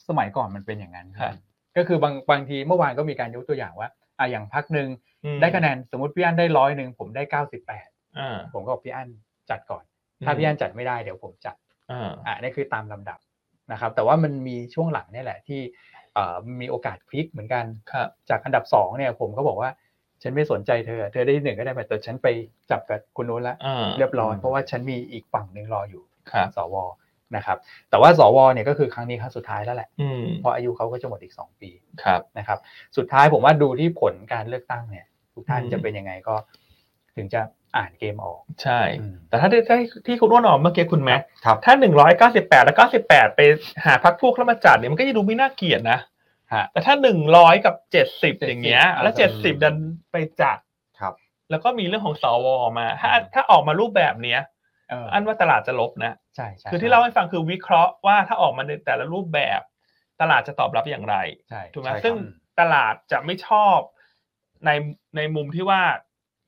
B: สมัยก่อนมันเป็นอย่างนั้น
A: ค่ะ
B: ก็คือบางบางทีเมื่อวานก็มีการยกตัวอย่างว่าอ่าอย่างพักหนึ่ง
A: อืม
B: ได้คะแนนสมมติพี่อันได้ร้อยหนึ่งผมได้เก้าสิบแปด
A: อ่า
B: ผมก็บอกพี่อันจัดก่อน ถ้าพี่อันจัดไม่ได้เดี๋ยวผมจัด
A: อ่า
B: อ่ะนี่คือตามลำดับนะครับ แต่ว่ามันมีช่วงหลังเนี่ยแหละที่เอ่อมีโอกาสพลิกเหมือนกัน
A: ครับ
B: จากอันดับ2เนี่ยผมก็บอกว่า ฉันไม่สนใจเธอ เธอได้ที่หนึ่งก็ได้ไปแต่ฉันไปจับกับคนนู้นละ
A: อ่า
B: เรียบร้อย
C: อืม
B: เพราะว่าฉันมีอีกฝั่งหนึ่งรออยู่
A: ครับ
B: สวนะครับ แต่ว่าสวเนี่ยก็คือครั้งนี้ครั้งสุดท้ายแล้วแหละ
A: อืม
B: เพราะอายุเขาก็จะหมดอีก 2 ปี
A: ครับ
B: นะครับ สุดท้ายผมว่าดูที่ผลการเลือกตั้งเนี่ย ทุกท่าน
A: อืม
B: จะเป็นยังไงก็ ถึงจะอ่านเกมออก
A: ใช่
B: อืม
A: แต่ถ้าได้ได้ที่คุณอ้วนออกเมื่อกี้คุณแม็ก
C: ครับ
A: ถ้าหนึ่งร้อยเก้าสิบแปดแล้วเก้าสิบแปดไปหาพักพวกแล้วมาจัดเนี่ยมันก็จะดูไม่น่าเกลียดนะ
B: ฮะ
A: แต่ถ้าหนึ่งร้อยกับเจ็ดสิบอย่างเงี้ย
B: 70
A: แล้วเจ็ดสิบดันไปจัด
C: ครับ
A: แล้วก็มีเรื่องของสวมา ถ้าถ้าออกมารูปแบบเนี้ย
B: เออ
A: อันว่าตลาดจะลบนะ
B: ใช่ใช่
A: คือที่เล่าให้ฟังคือวิเคราะห์ว่าถ้าออกมาในแต่ละรูปแบบ ตลาดจะตอบรับอย่างไร
B: ใช่
A: ถูกไหม
C: ใช่ครับ
A: ซึ่งตลาดจะไม่ชอบในในมุมที่ว่า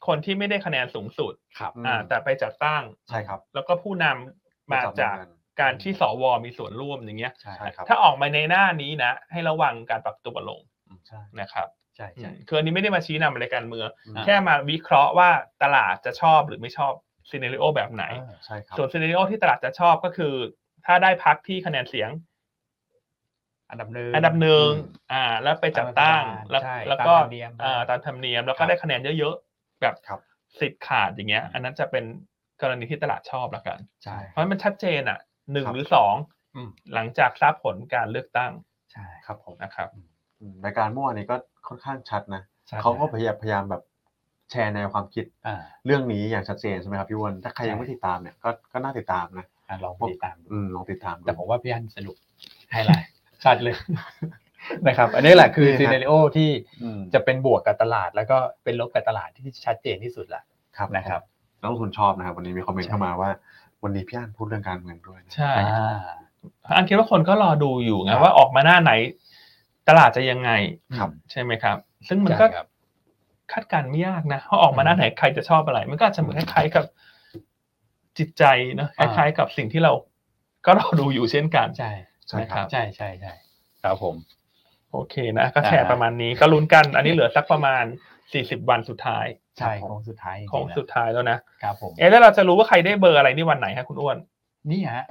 A: คนที่ไม่ได้คะแนนสูงสุด
B: ครับ
C: อืม
A: อ่าแต่ไปจัดตั้ง
C: ใช่ครับ
A: แล้วก็ผู้นำมาจากการที่สวมีส่วนร่วมอย่างเงี้ย
B: ใช่
C: ใช่ครับ
A: ถ้าออกมาในหน้านี้นะ ให้ระวังการปรับตัวลง
C: ใช่
A: นะครับ
B: ใช่ใช่
A: คืออันนี้ไม่ได้มาชี้นำอะไรการเมือง
C: อ่า
A: แค่มาวิเคราะห์ว่าตลาดจะชอบหรือไม่ชอบซีเน a ร i โอแบบไหน
C: ใช่ครับ
A: ส่วนซีเน a ร i โอที่ตลาดจะชอบก็คือ ถ้าได้พักที่คะแนนเสียง
B: อันดับหนึ่ง
A: อันดับหนึ่ง
C: อืม
A: อ่า แล้วไปจัดตั้ง
B: ตามรั
A: แล้ว
B: ฐบาลใช่
A: แล้วก็
B: ตามธรรมเนียม
A: อ่าตามธรรมเนียม แล้วก็ได้คะแนนเยอะๆ แบบ
C: ครับ
A: สิทธิ์ขาดอย่างเงี้ย อันนั้นจะเป็นกรณีที่ตลาดชอบละกัน
B: ใช่
A: เพราะมันชัดเจนอ่ะหนึ่ง
C: ครับ
A: หรือสอง
B: อืม
A: หลังจากทราบผลการเลือกตั้ง
B: ใช่
C: ครับผม
A: นะครับ
C: อืมรายการเมื่อวานนี้ก็ค่อนข้างชัดนะ
B: ใช่
C: เขาก็พยายามพยายามแบบแชร์แนวความคิด
B: อ่า
C: เรื่องนี้อย่างชัดเจนใช่ไหมครับพี่อ้วนถ้าใครยังไม่ติดตามเนี่ยก็ก็น่าติดตามนะ
B: อ่ะลองไปติดตามดู
C: อืมลองติดตามดู
B: แต่ผมว่าพี่อันสนุกไฮไล ท์ชัดเลย นะครับ อันนี้แหละคือ
C: นี่
B: ซี
C: ฮะ
B: เน r ร o โอที่
C: อืม
B: จะเป็นบวกกับตลาด แล้วก็เป็นลบกับตลาดที่ชัดเจนที่สุดละ
C: ครับ
B: นะครับ
C: นักลงทุนชอบนะครับวันนี้มีคอมเมนต์เข้ามาว่า วันนี้พี่อันพูดเรื่องการเมืองด้วยนะ
A: ใช่
B: อ่า
A: อันคิดว่าคนก็รอดูอยู่ไง
B: ครับ
A: ว่าออกมาหน้าไหน ตลาดจะยังไง
C: ครับ
A: ใช่ไหมครับ ซึ่งมันก็
B: ใช่ครับ
A: คาดการณ์ไม่ยากนะว่าออกมาหน้าไหนใครจะชอบอะไร มันก็อาจจะเหมือนคล้ายๆกับจิตใจเนอะคล้ายๆกับสิ่งที่เราก็รอดูอยู่เช่นกัน
B: ใช่
C: ใช่ครับ
B: ใช่ใช่ใช่ครับผม
A: โอเคนะ ก็แชร์
B: อ่าฮะ
A: ประมาณนี้ก็ลุ้นกัน อันนี้เหลือสักประมาณ 40 วันสุดท้าย
B: ใช่
C: ครับผม
B: ของสุดท้ายจริๆ
A: ของ
B: แล้ว
A: สุดท้ายแล้วนะ
B: ครับผม
A: เอ๊ะแล้วเราจะรู้ว่าใครได้เบอร์อะไรนี่วันไหนฮะคุณอ้วน
B: นี่ฮะ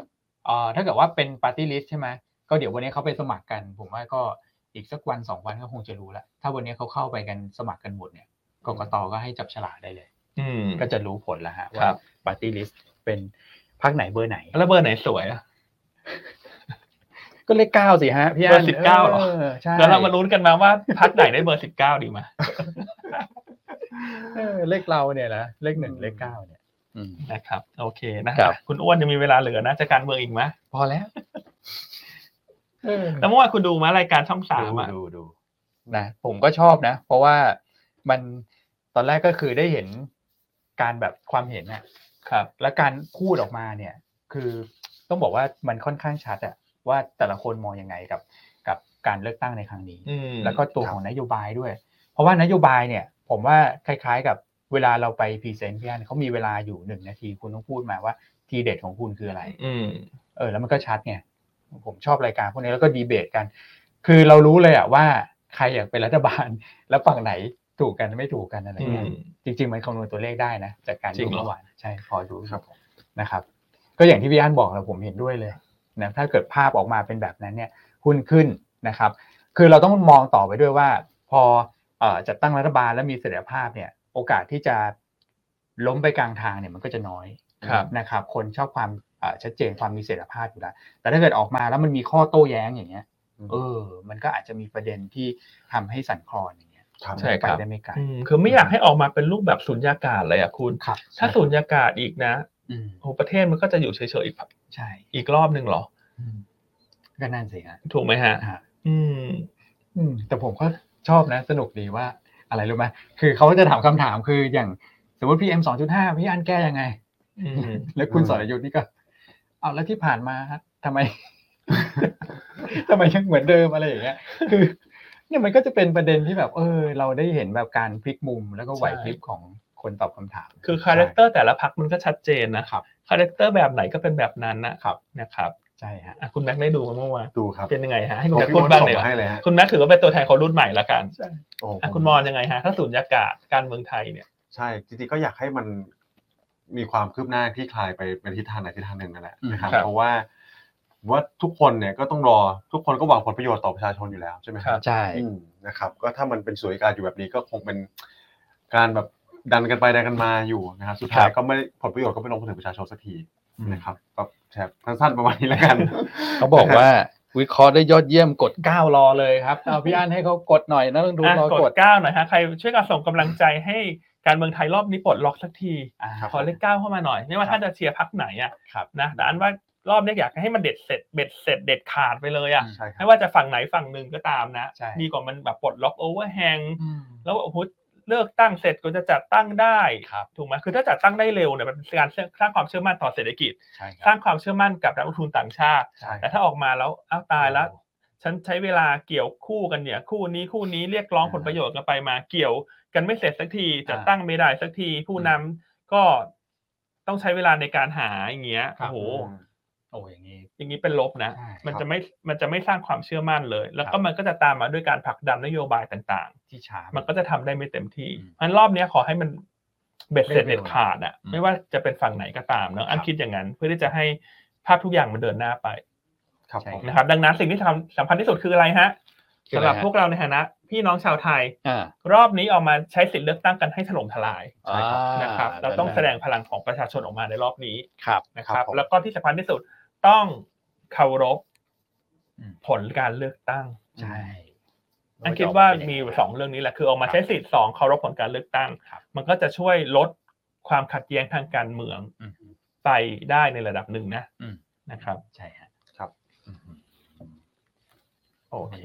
B: เอ่อถ้าเกิดว่าเป็นปาร์ตี้ลิสต์ใช่ไหมก็เดี๋ยววันนี้เขาไปสมัครกัน ผมว่าก็อีกสักวันสองวันก็คงจะรู้ละถ้าวันนี้เขาเข้าไปกันสมัครกันหมดเนี่ยกกตก็ให้จับฉลากได้เลย
A: อืม
B: ก็จะรู้ผลแล้วฮะ
A: ค
B: ว่า
A: รับ
B: ปาร์ตี้ลิสต์เป็นพักไหนเบอร์ไหน
A: แล้วเบอร์ไหนสวยอะ
B: ก็เลขเก้าสิฮะพี่
A: เบ
B: อั
A: อน ร์19เหรอ
B: ใช่
A: แล้วเรามาลุ้นกันมาว่าพักไหนได้เบอร์ 19 ดีไหม
B: เออเลขเราเนี่ยนะเลขหนึ่งเลขเก้าเนี่ย
A: นะครับ โอเคนะครับ คุณอ้วนยังมีเวลาเหลือนะจะการเมืองอีกไหม
B: พอแล้ว
A: แล้วเมื่อวานคุณดูไหมรายการช่องสามอะ
B: ดูดูนะผมก็ชอบนะ เพราะว่ามันตอนแรกก็คือได้เห็นการแบบความเห็นอะ
A: ครับ
B: และการพูดออกมาเนี่ย คือต้องบอกว่ามันค่อนข้างชัดอะว่าแต่ละคนมองยังไงกับ กับการเลือกตั้งในครั้งนี้
A: อืม
B: แล้วก็ตัวของนโยบายด้วย เพราะว่านโยบายเนี่ย ผมว่าคล้ายๆกับเวลาเราไปพรีเซนต์พี่อันเขามีเวลาอยู่หนึ่งนาทีคุณต้องพูดมาว่าทีเด็ดของคุณคืออะไร
A: อืม
B: เออแล้วมันก็ชัดไงผมชอบรายการพวกนี้แล้วก็ดีเบตกัน คือเรารู้เลยอะว่าใครอยากเป็นรัฐบาล แล้วฝั่งไหนถูกกันไม่ถูกกันอะไร
A: อื
B: เงี้ย
A: ม
B: จริง ๆ มันคำนวณตัวเลขได้นะจากการ
A: จริ
B: ดู
A: งเหรอ
B: เมื่อวานใช่พอดู
C: ครับผม
B: นะครับ ก็อย่างที่พี่อันบอกเราผมเห็นด้วยเลยนะถ้าเกิดภาพออกมาเป็นแบบนั้นเนี่ยหุ้นขึ้นนะครับ คือเราต้องมองต่อไปด้วยว่า พอเอ่อจัดตั้งรัฐบาลแล้วมีเสถียรภาพเนี่ยโอกาสที่จะล้มไปกลางทางเนี่ยมันก็จะน้อย
A: ครับ
B: นะครับคนชอบความอ่าชัดเจนความมีเสถียรภาพอยู่แล้ว แต่ถ้าเกิดออกมาแล้วมันมีข้อโต้แย้งอย่างเงี้ย
C: อืม
B: เออ มันก็อาจจะมีประเด็นที่ทำให้สั่นคลอนอย่างเงี้ย
C: ครับ
A: ใช่
B: ไป
A: ครับ
B: ได้ไม่ไกล
A: อืมคือไม่อยากให้ออกมาเป็นรูปแบบสุญญากาศเลยอะคุณ
B: ครับ
A: ถ้าสุญญากาศอีกนะ
B: อืม
A: โอ้ประเทศมันก็จะอยู่เฉยๆอีก
B: ใช่
A: อีกรอบหนึ่งเหรอ
B: อืมก็นั่นสิฮะ
A: ถูกไหมฮะ
B: ฮะ
A: อืม
B: อืมแต่ผมก็ชอบนะ สนุกดีว่าอะไรรู้ไหมคือเขาจะถามคำถามคืออย่างสมมติพีเอ็มสองจุดห้าพี่อันแก้ยังไง
A: อืม
B: แล้วคุณสรยุทธ์นี่ก็ เอาแล้วที่ผ่านมาทำไม ทำไมยังเหมือนเดิมอะไรอย่างเงี้ย คือเนี่ยมันก็จะเป็นประเด็นที่แบบ เออ เราได้เห็นแบบการพลิกมุมแล้วก็ไหวพลิบของคนตอบคำถาม
A: คือคาแรคเตอร์แต่ละพักมันก็ชัดเจนนะครับ คาแรคเตอร์แบบไหนก็เป็นแบบนั้นนะครับ นะครับ
B: ใช่ฮะ
A: อ่ะคุณแม็กซ์ได้ดูมาเมื่อวาน
C: ดูครับ
A: เป็นยังไงฮะให้คุ
C: ข
A: ณ
C: อง
A: แม็กซ์
C: พี่
A: พูด
C: อ้วน
A: บ้าง
C: ส่
A: เล
C: ง
A: ย
C: มาให้เลยฮะ
A: คุณแม็กซ์ถือว่าเป็นตัวแทนของรุ่นใหม่ละกัน
C: โอ้
A: อ่ะ
C: ผ
A: คุณมอนยังไงฮะถ้าสูญญากาศการเมืองไทยเนี่ย
C: ใช่จริงๆก็อยากให้มันมีความคืบหน้าที่คลายไปเป็นทิศทางไหนทิศทางหนึ่งนั่นแหละนะครับ
A: อืมครับ
C: เพราะว่าผมว่าทุกคนเนี่ยก็ต้องรอทุกคนก็หวังผลประโยชน์ต่อประชาชนอยู่แล้วใช่ไหม
A: ครับ
B: ใช่
C: อืมนะครับ ก็ถ้ามันเป็นสวยการอยู่แบบนี้ก็คงเป็น การแบบดันกันไปดันกันมาอยู่นะครับสุดท้า
B: ค
C: ย
B: รับ
C: ก็ไม่ผลประโยชน์ก็ไม่ลงถึงประชาชนสักที
E: อืม
C: นะครับก็แชร์สั้นๆประมาณนี้แล้วกัน
B: เขาบอกว่าวิเคราะห์ได้ยอดเยี่ยมกดเก้ารอเลยครับเอาพี่อันให้เขากดหน่อยนะต้องดู
A: อ่ะ
B: รอก ก
A: ด
B: ด
A: เก้าหน่อยฮะใครช่วยกันส่งกำลังใจให้การเมืองไทยรอบนี้ปลดล็อกสักที
E: อ่า
A: ขอเลขเก้าเข้ามาหน่อย ไม่ว่าท่านจะเชียร์พักไหนอ่ะ
E: ครับ
A: นะแต่อันว่ารอบเนี้ยอยากให้มันเด็ดเสร็จเบ็ดเสร็จเด็ดขาดไปเลยอ่ะ
C: ใช่ครับ
A: ไม่ว่าจะฝั่งไหนฝั่งหนึ่งก็ตามนะ
E: ใช่
A: ดีกว่ามันแบบปลดล็อกโอเวอร์แฮง
E: อืม
A: แล้วโอ้โหเลือกตั้งเสร็จก็จะจัดตั้งได้
E: ครับ
A: ถูกไหมคือถ้าจัดตั้งได้เร็วเนี่ยมันเป็นการสร้างความเชื่อมั่นต่อเศรษฐกิจ
E: ใช่ค
A: ส
E: รั
A: ร้า
E: บ
A: งความเชื่อมั่นกับนักลงทุนต่างชาติ
C: ใช่
A: แต่ถ้าออกมาแล้วอ้าวตายแล้ว ฉันใช้เวลาเกี่ยวคู่กันเนี่ย คู่นี้คู่นี้เรียกร้องผลประโยชน์กันไปมา เกี่ยวกันไม่เสร็จสักทีจัดตั้งไม่ได้สักที ผู้นำก็ต้องใช้เวลาในการหาอย่างเงี้ยโอ้โห
C: ม
E: โอ้อย่างนี้
A: อย่างนี้เป็นลบนะ
E: ใช่
A: มัน
C: ครับ
A: จะไม่ มันจะไม่สร้างความเชื่อมั่นเลย แล้วก็มันก็จะตามมาด้วยการผลักดันนโยบายต่าง
E: ที่ช้า
A: ๆ มันก็จะทำได้ไม่เต็มที่
E: อืม
A: มันรอบเนี้ยขอให้มันเบ็ดเสร็จ
E: เร็วๆ
A: เด็ดขาดอ่ะ
E: อืม
A: ไม่ว่าจะเป็นฝั่งไหนก็ตามเนอะ
E: ค
A: อัน
E: รับ
A: คิดอย่างนั้น เพื่อที่จะให้ภาพทุกอย่างมันเดินหน้าไป
C: ครับ
E: ใช่
C: ผม
A: นะครับ ดังนั้นสิ่งที่ทำสำคัญที่สุดคืออะไรฮะ
E: คือ
A: สำ
E: อะไรฮะ
A: หรับพวกเราในฐานะ พี่น้องชาวไทย
B: อ่าร
A: อบนี้ออกมาใช้สิทธิ์เลือกตั้งกันให้ถล่มทลาย
B: อ่า
A: นะครับ เราต้องแสดงพลังของประชาชนออกมาในรอบนี้
B: ครับ
A: นะค
C: ครั
A: รับบ
C: ผม
A: แล้วก็ที่สำคัญที่สุดต้องเคารพ
E: อืม
A: ผลการเลือกตั้ง
E: ใช่
A: อันคิดว่ามี
E: จะกไป
A: สองเรื่องนี้แหละคือออกมาใช้สิทธิ์สองเคารพผลการเลือกตั้ง มันก็จะช่วยลดความขัดแย้งทางการเมือง
E: อืม
A: ไปได้ในระดับหนึ่งนะ
E: อืม
A: นะครับ
E: ใช่ฮะ
C: ครับ
E: อืม
A: โอเค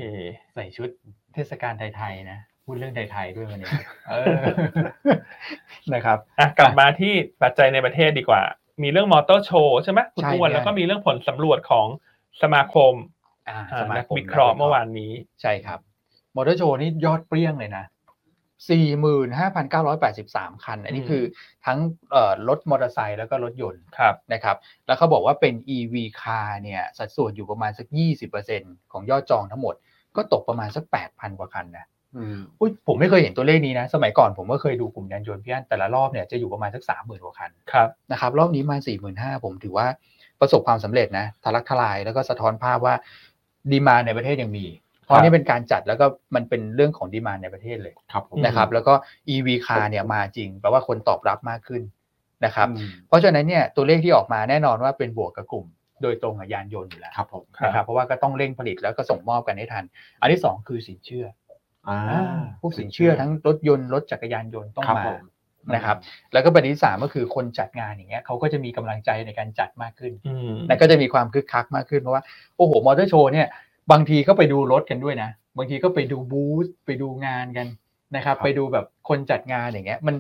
E: ใส่ชุดเทศกาลไทยๆนะพูดเรื่องไทยๆด้วยวันนี้ เออ
B: นะครับ
A: อ่ะกลับมาที่ปัจจัยในประเทศดีกว่า มีเรื่องมอเตอร์โชว์ใช่ไหมคุณ
B: ใช่
A: อ้วน
B: ใช่
A: แล้วก็มีเรื่องผลสำรวจของสมาคม
E: อ่า
A: อ่า
E: สมา
A: นัก
E: คม
A: วิเคราะห์เมื่อวานนี้
B: ใช่ครับ มอเตอร์โชว์นี่ยอดเปรี้ยงเลยนะ 45,983 คัน อันนี้
A: อืม
B: คือทั้งเอ่อรถมอเตอร์ไซค์แล้วก็รถยนต์
A: ครับ
B: นะครับ แล้วเขาบอกว่าเป็น EV car เนี่ย สัดส่วนอยู่ประมาณสัก 20%ของยอดจองทั้งหมด ก็ตกประมาณสัก 8,000 กว่าคันนะ
C: อืม
B: อุยผมไม่เคยเห็นตัวเลขนี้นะ สมัยก่อนผมก็เคยดูกลุ่มยานยนต์พี่อันแต่ละรอบเนี่ยจะอยู่ประมาณสัก 30,000 กว่าคัน
A: ครับ
B: นะครับรอบนี้มา4 5 0 0 0ผมถือว่าประสบความสำเร็จนะทะลักทลายแล้วก็สะท้อนภาพว่าดีมาในประเทศยังมี
A: ค
B: เพ
A: รั
B: ราะ
A: บ
B: นี่เป็นการจัดแล้วก็มันเป็นเรื่องของดีมาในประเทศเลย
C: ครับผม
B: นะครับแล้วก็ EV car เนี่ยมาจริงแปลว่าคนตอบรับมากขึ้นนะครับ
C: อืม
B: เพราะฉะนั้นเนี่ยตัวเลขที่ออกมาแน่นอนว่าเป็นบวกกับกลุ่ม โดยตรงกับยานยนต์อยู่แล้ว
C: ครับผม
B: นะครับเพราะว่าก็ต้องเร่งผลิตแล้วก็ส่งมอบกันให้ทัน อันที่สองคือสินเชื่อ
C: อ่า
B: อพวกสินเชื่อทั้งรถยนต์รถจักรยานยนต์ต้อง
C: ครับ
B: มา
C: ผม
B: นะครับ แล้วก็ประเด็นที่สามก็คือคนจัดงานอย่างเงี้ยเขาก็จะมีกำลังใจในการจัดมากขึ้น
A: อืม
B: และก็จะมีความคึกคักมากขึ้นเพราะว่าโอ้โหมอเตอร์โชว์เนี่ยบางทีก็ไปดูรถกันด้วยนะ บางทีก็ไปดูบูธไปดูงานกันนะครับไปดูแบบคนจัดงานอย่างเงี้ยมัน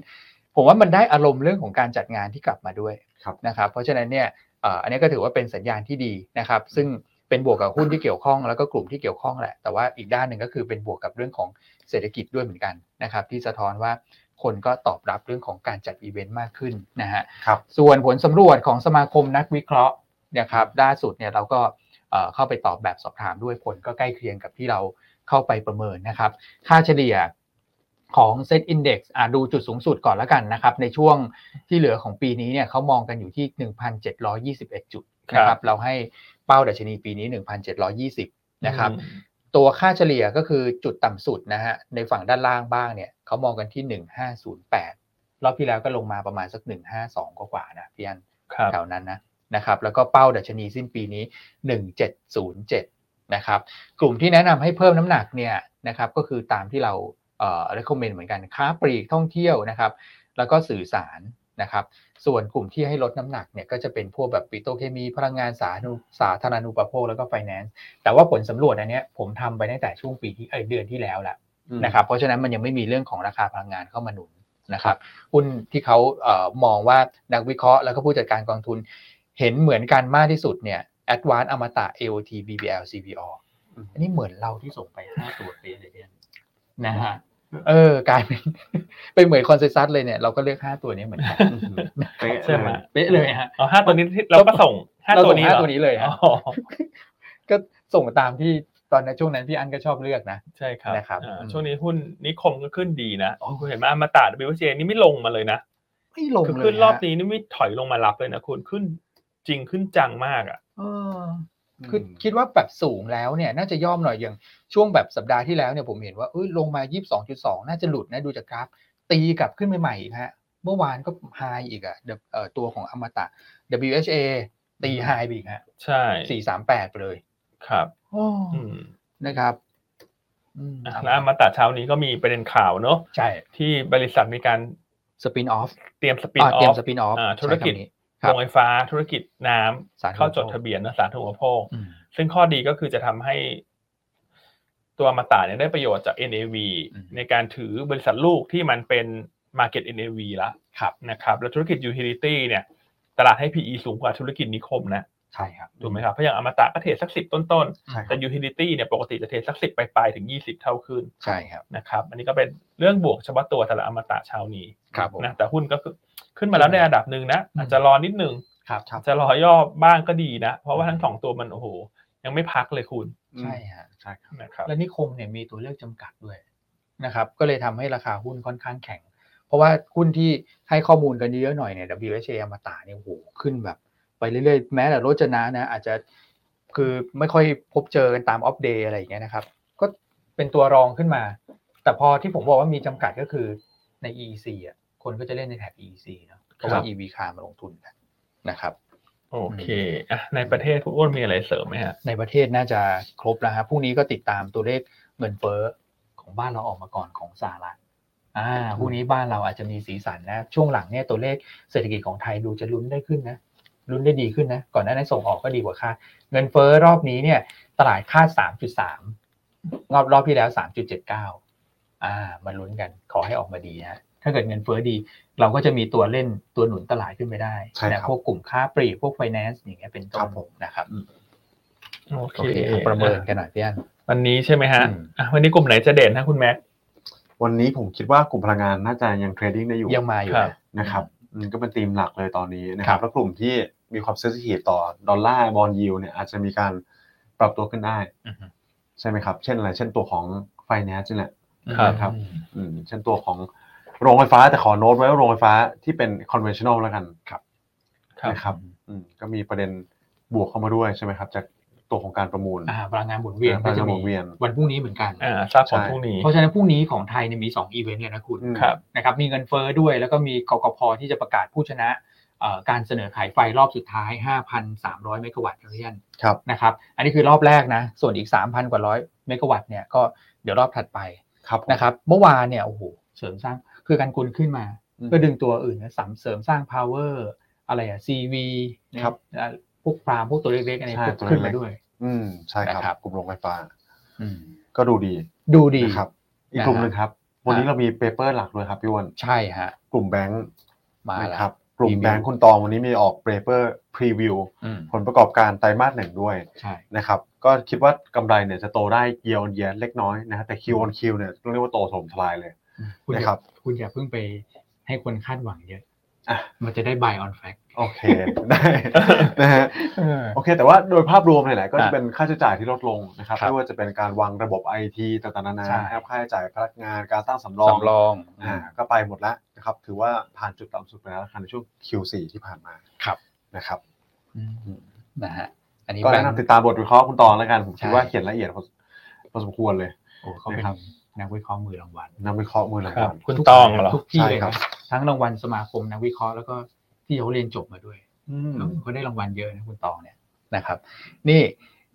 B: ผมว่ามันได้อารมณ์เรื่องของการจัดงานที่กลับมาด้วย
C: ครับ
B: นะครับเพราะฉะนั้นเนี่ยเอ่ออันนี้ก็ถือว่าเป็นสัญญาณที่ดีนะครับซึ่งเป็นบวกกับหุ้นที่เกี่ยวข้องแล้วก็กลุ่มที่เกี่ยวข้องแหละแต่ว่าอีกด้านหนึ่งก็คือเป็นบวกกับเรื่องของเศรษฐกิจด้วยเหมือนกันนะครับที่สะท้อนว่าคนก็ตอบรับเรื่องของการจัดอีเวนต์มากขึ้นนะฮะ
C: ครับ
B: ส่วนผลสำรวจของสมาคมนักวิเคราะห์นะครับล่าสุดเนี่ยเราก็เอ่อเข้าไปตอบแบบสอบถามด้วยผลก็ใกล้เคียงกับที่เราเข้าไปประเมินนะครับ ค่าเฉลี่ยของ Set Index อ่ะดูจุดสูงสุดก่อนละกันนะครับ ในช่วงที่เหลือของปีนี้เนี่ยเขามองกันอยู่ที่ 1,721 จุดนะค
A: ครั
B: รับบ เราให้เป้าดัชนีปีนี้ 1,720 นะครับ ตัวค่าเฉลี่ยก็คือจุดต่ำสุดนะฮะในฝั่งด้านล่างบ้างเนี่ยเขามองกันที่ 1508 รอบที่แล้วก็ลงมาประมาณสัก 152 กว่าๆนะพี่อัน
A: ครับ
B: แถวนั้นนะนะครับแล้วก็เป้าดัชนีสิ้นปีนี้ 1707 นะครับกลุ่มที่แนะนำให้เพิ่มน้ำหนักเนี่ยนะครับก็คือตามที่เราเอ่อ recommend เหมือนกันค้าปลีกท่องเที่ยวนะครับแล้วก็สื่อสารนะครับส่วนกลุ่มที่ให้ลดน้ำหนักเนี่ยก็จะเป็นพวกแบบปิโตรเคมีพลังงานสาธารณูสาธารณูปโภคแล้วก็ไฟแนน แต่ว่าผลสำรวจอันเนี้ยผมทำไปตั้งแต่ช่วงปีที่เอยเดือนที่แล้วแหละนะครับ เพราะฉะนั้นมันยังไม่มีเรื่องของราคาพลังงานเข้ามาหนุนนะครับหุ้นที่เขาเอ่อมองว่านักวิเคราะห์แล้วก็ผู้จัดการกองทุน เห็นเหมือนกันมากที่สุดเนี่ย a d v a n c e อมตะ AOT BBL CBO
C: อืม
B: อันนี้เหมือนเราที่ส่งไปห้าตัวเป๊ะเลยเนี่ยนะฮะเออกลายเป็น ไปนเหมือนคอนเซซัสเลยเนี่ยเราก็เลือกห้าตัวนี้เหมือนกัน
C: อืมเป๊ะ
A: ใช่ไหม
C: เลย
B: เป๊ะเลยฮะ
A: อ๋อห้าตัวนี้ที่เราก็ส่งห้า
B: เรา
A: ตัว
B: ส่ง
A: นี้
B: ห้า
A: หรอ
B: ตัวนี้เลยฮะ
A: อ๋อ
B: ก็ส่งตามที่ตอนนั้นช่วงนั้นพี่อันก็ชอบเลือกนะ
A: ใช่ครับ
B: นะครับ
A: อ่า
B: อืม
A: ช่วงนี้หุ้นนิคมก็ขึ้นดีนะโอ้คุณเห็นไหมอมาตา WJ นี่ไม่ลงมาเลยนะ
B: ไม่ลง
A: คือ
B: เลย
A: ขึ้นรอบ
B: ฮะ
A: นี้นี่ไม่ถอยลงมารับเลยนะคุณขึ้นจริงขึ้นจังมากอ่ะ
B: เออคือคิดว่าแบบสูงแล้วเนี่ยน่าจะย่อมหน่อยอย่างช่วงแบบสัปดาห์ที่แล้วเนี่ยผมเห็นว่าเอ้ยลงมา 22.2 น่าจะหลุดนะดูจากกราฟ ตีกลับขึ้นไปใหม่อีกฮะเมื่อวานก็ไฮอีกอะ The- เอ่อตัวของอมตะ WHA ตีไฮไปอีกฮะ
A: ใช่
B: สี่สามแปดไปเลย
A: ครับ
B: โอ้
A: อืม
B: นะครับอืม
A: อ่ะแล้วมาตัดเช้านี้ก็มีประเด็นข่าวเนอะ
B: ใช่
A: ที่บริษัทมีการ
B: สปินออฟ
A: เตรียมสปิน
B: อ่า
A: อ
B: เตรีย
A: อ
B: ม
A: ฟ
B: สปินออฟ
A: อ่าธุรกิจ
B: ใช้คำนี้ครั
A: โร
B: บ
A: งไฟฟ้าธุรกิจน้ำ
B: สธุ
A: เข้าจดทะเบียนนะสาธุปโภค
B: อืม
A: ซึ่งข้อดีก็คือจะทำให้ตัวอมาตาเนี่ยได้ประโยชน์จาก NAV
B: อืม
A: ในการถือบริษัทลูกที่มันเป็น Market NAV ละ
B: ครับ
A: นะครับแล้วธุรกิจ Utility เนี่ย ตลาดให้ PE สูงกว่าธุรกิจนิคมนะ
B: ใช่ครับ
A: ถูกไหมครับเพราะอย่างอมตะก็เทรดสักสิบต้นๆ
C: ใช่ครั
A: แต่
C: บ
A: Utility เนี่ยปกติจะเทรดสักสิบปลายๆถึง 20 เท่าขึ้น
B: ใช่ครับ
A: นะครับอันนี้ก็เป็นเรื่องบวกเฉพาะตัวสำหรับอมตะเช้านี้
B: ครับผม
A: นะแต่หุ้นก็คือขึ้นมาแล้วในระดับหนึ่งนะอาจจะรอนิดหนึ่ง
B: ครับ
C: ครับ
A: จะรอย่อบ้างก็ดีนะ เพราะว่าทั้งสองตัวมันโอ้โห ยังไม่พักเลยคุณ
B: ใช่ฮะ
C: ใช่ครับ
A: นะครับ
B: และนิคมเนี่ยมีตัวเลือกจำกัดด้วยนะครับก็เลยทำให้ราคาหุ้นค่อนข้างแข็ง เพราะว่าหุ้นที่ให้ข้อมูลกันเยอะๆหน่อยเนี่ย WHA อมตะเนี่ยโอ้โหขึ้นแบบไปเรื่อยๆ แม้แต่โรจนะนะอาจจะคือไม่ค่อยพบเจอกันตามออฟเดย์อะไรอย่างเงี้ยนะครับ ก็เป็นตัวรองขึ้นมา แต่พอที่ผมบอกว่ามีจำกัดก็คือใน EEC อ่ะคนก็จะเล่นในแถบ EEC เนาะเพราะ
A: ค
B: ว่า
A: รับ
B: EV คามาลงทุนกันนะครับ
A: โอเคอ่ะในประเทศคุณอ้วนมีอะไรเสริมไหมฮะ
B: ในประเทศน่าจะครบแล้วครับพรุ่งนี้ก็ติดตามตัวเลขเงินเฟ้อของบ้านเราออกมาก่อนของสหรัฐอ่าพรุ่งนี้บ้านเราอาจจะมีสีสันนะ ช่วงหลังเนี่ยตัวเลขเศรษฐกิจของไทยดูจะลุ้นได้ขึ้นนะ ลุ้นได้ดีขึ้นนะ ก่อนหน้านั้นส่งออกก็ดีกว่าคาดเงินเฟ้อรอบนี้เนี่ย ตลาดคาด 3.3 รอบรอบที่แล้ว 3.79 อ่า มาลุ้นกัน ขอให้ออกมาดีนะ ถ้าเกิดเงินเฟ้อดี เราก็จะมีตัวเล่นตัวหนุนตลาดขึ้นไปได้
C: ใช่ครับ
B: นะพวกกลุ่มค้าปลีกพวกไฟแนนซ์อย่างเงี้ยเป็นต้
C: ครั
B: น
C: บผม
B: นะครับ
A: โอเค
B: โอเคอ่ะประเมินกันหน่อยพี่อัน
A: วันนี้ใช่ไหมฮะ
B: อืม
A: อ่ะวันนี้กลุ่มไหนจะเด่นฮะคุณแม็ก
C: วันนี้ผมคิดว่ากลุ่มพลังงานน่าจะยังเทรดดิ้งได้อยู่
B: ยังมาอยู่
A: ครับ
B: นะ
C: นะครับอืมก็เป็นธีมหลักเลยตอนนี้นะค
B: ครั
C: รั
B: บบ
C: แล้วกลุ่มที่มีความเซสซิทีฟต่อดอลลาร์บอลยูเนี่ยอาจจะมีการปรับตัวขึ้นได้
B: อือฮึ
C: ใช่ไหมครับ เช่นอะไร เช่นตัวของไฟแนนซ์นี่แหละ
A: ครับ
C: ครับ อืมเช่นตัวของโรงไฟฟ้าแต่ขอโน้ตไว้ว่าโรงไฟฟ้าที่เป็น conventional แล้วกันครับนะครับอืมก็มีประเด็นบวกเข้ามาด้วยใช่ไหมครับ จากตัวของการประมูล
B: อ่าพลังงานหมุนเวียน
C: พลังงานหมุนเวียน
B: วันพรุ่งนี้เหมือนกัน
A: อ่าทราบผล
C: ใช่
A: พรุ่งนี้
B: เพราะฉะนั้นพรุ่งนี้ของไทยเนี่ยมี 2 อีเวนต์เลยนะคุณ
C: อืม
A: ครับ
B: นะครับ มีเงินเฟ้อด้วย แล้วก็มีกกพที่จะประกาศผู้ชนะเอ่อการเสนอขายไฟรอบสุดท้าย 5,300 เมกะวัตต์ครับพี่อัน
C: ครับ
B: นะครับ อันนี้คือรอบแรกนะ ส่วนอีก 3,000 กว่าร้อยเมกะวัตต์เนี่ยก็เดี๋ยวรอบถัดไป
C: ครับผม
B: นะครับ เมื่อวานเนี่ยโอ้โหเสริมสร้างคือการกุลขึ้นมา
C: อืม
B: เพื่อดึงตัวอื่นนะสำเสริมสร้าง power อะไรอะ CV นะครับ อ่ะพวกปรามพวกตัวเล็กๆอะไร
C: ใช่
B: พวก
C: ตัว
B: ขึ้น
C: เล็
B: มาก
C: ๆ
B: ด้วย
C: อืมใช่ค
B: นะครั
C: รับ บกลุ่มโรงไฟฟ้า
B: อืม
C: ก็ดูดี
B: ดูดี
C: นะครับ อีก
B: นะฮะ
C: กลุ่มหนึงครับ วันนี้เรามีเปเปอร์หลักด้วยครับพี่อ้วน
B: ใช่ฮะ
C: กลุ่มแบงค์
B: มาแล้
C: นะ
B: ว
C: ครับ กลุ่ม
B: Preview
C: แบงค์คุณตองวันนี้มีออกเปเปอร์พรีวิว
B: อืม
C: ผลประกอบการไตรมาสหนึ่งด้วย
B: ใช่
C: นะครับ ก็คิดว่ากำไรเนี่ยจะโตได้เยียเยียเล็กน้อยนะฮะแต่คิวออนคิวเนี่ยต้องเรียกว่าโตโสมทลายเลย
B: คุณอย่า
C: นะครับ
B: คุณอย่าเพิ่งไปให้คนคาดหวังเยอะ
C: อ่ะ
B: มันจะได้ buy on fact
C: โอเค ได้นะฮะโอเค แต่ว่าโดยภาพรวมเนี่ยแหละก็จะ
B: อ่ะ
C: เป็นค่าใช้จ่ายที่ลดลงนะครับ
B: ครับ
C: ไม่ว่าจะเป็นการวางระบบไอทีต่างๆนานา
B: ใช่
C: นะครับค่าใช้จ่ายพนักงานการตั้งสำรอง
B: สำรอง
C: อ่าก็ไปหมดแล้วนะครับถือว่าผ่านจุดต่ำสุดไปแล้วนะครับในช่วง Q4 ที่ผ่านมา
B: ครับ
C: นะครับ
B: อืมนะฮะอันนี้
C: ก็
B: แบ
C: แนะ
B: งค์
C: นำติดตามบทวิเคราะห์คุณตองแล้วกัน ผมคิด
B: ใช่
C: ว่าเขียนละเอียดพอพอสมควรเลย
B: โอ้เขาเป็น
C: นะครับ
B: นักวิเคราะห์มือรางวัล
C: นำวิเคราะห์มือหลัง
A: ครับ
C: ก่อน
A: คุณตองเหรอ
B: ทุกที่
C: ใช่
B: เลย
C: ครั
B: นะ
C: บ
B: ทั้งรางวัลสมาคมนักวิเคราะห์แล้วก็ที่เขาเรียนจบมาด้วย
C: อืม
B: เขาได้รางวัลเยอะนะคุณตองเนี่ยนะครับ นี่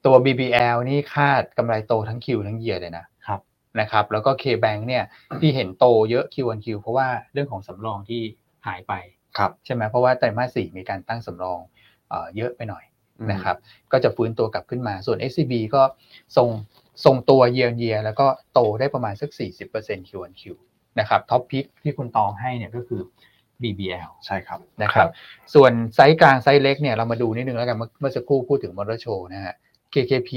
B: ตัว BBL นี่คาดกำไรโตทั้งคิวทั้งเยียเลยนะครับ นะครับ แล้วก็ K-Bank เนี่ยที่เห็นโตเยอะ Q1Q เพราะว่าเรื่องของสำรองที่หายไป
C: ครับ
B: ใช่ไหมเพราะว่าไตรมาสสี่มีการตั้งสำรองเอ่อเยอะไปหน่อย
C: อืม
B: นะครับ ก็จะฟื้นตัวกลับขึ้นมาส่วน SCB ก็ทรงทรงตัวเยียเยียแล้วก็โตได้ประมาณสัก 40% Q1Q นะครับท็อปพิกที่คุณตองให้เนี่ยก็คือ BBL
C: ใช่ครับ
B: นะค
A: ครั
B: รับบ ส่วนไซส์กลางไซส์เล็กเนี่ยเรามาดูนิดนึงแล้วกันเมื่อเมื่อสักครู่พูดถึงมอเตอร์โชว์นะฮะ KKP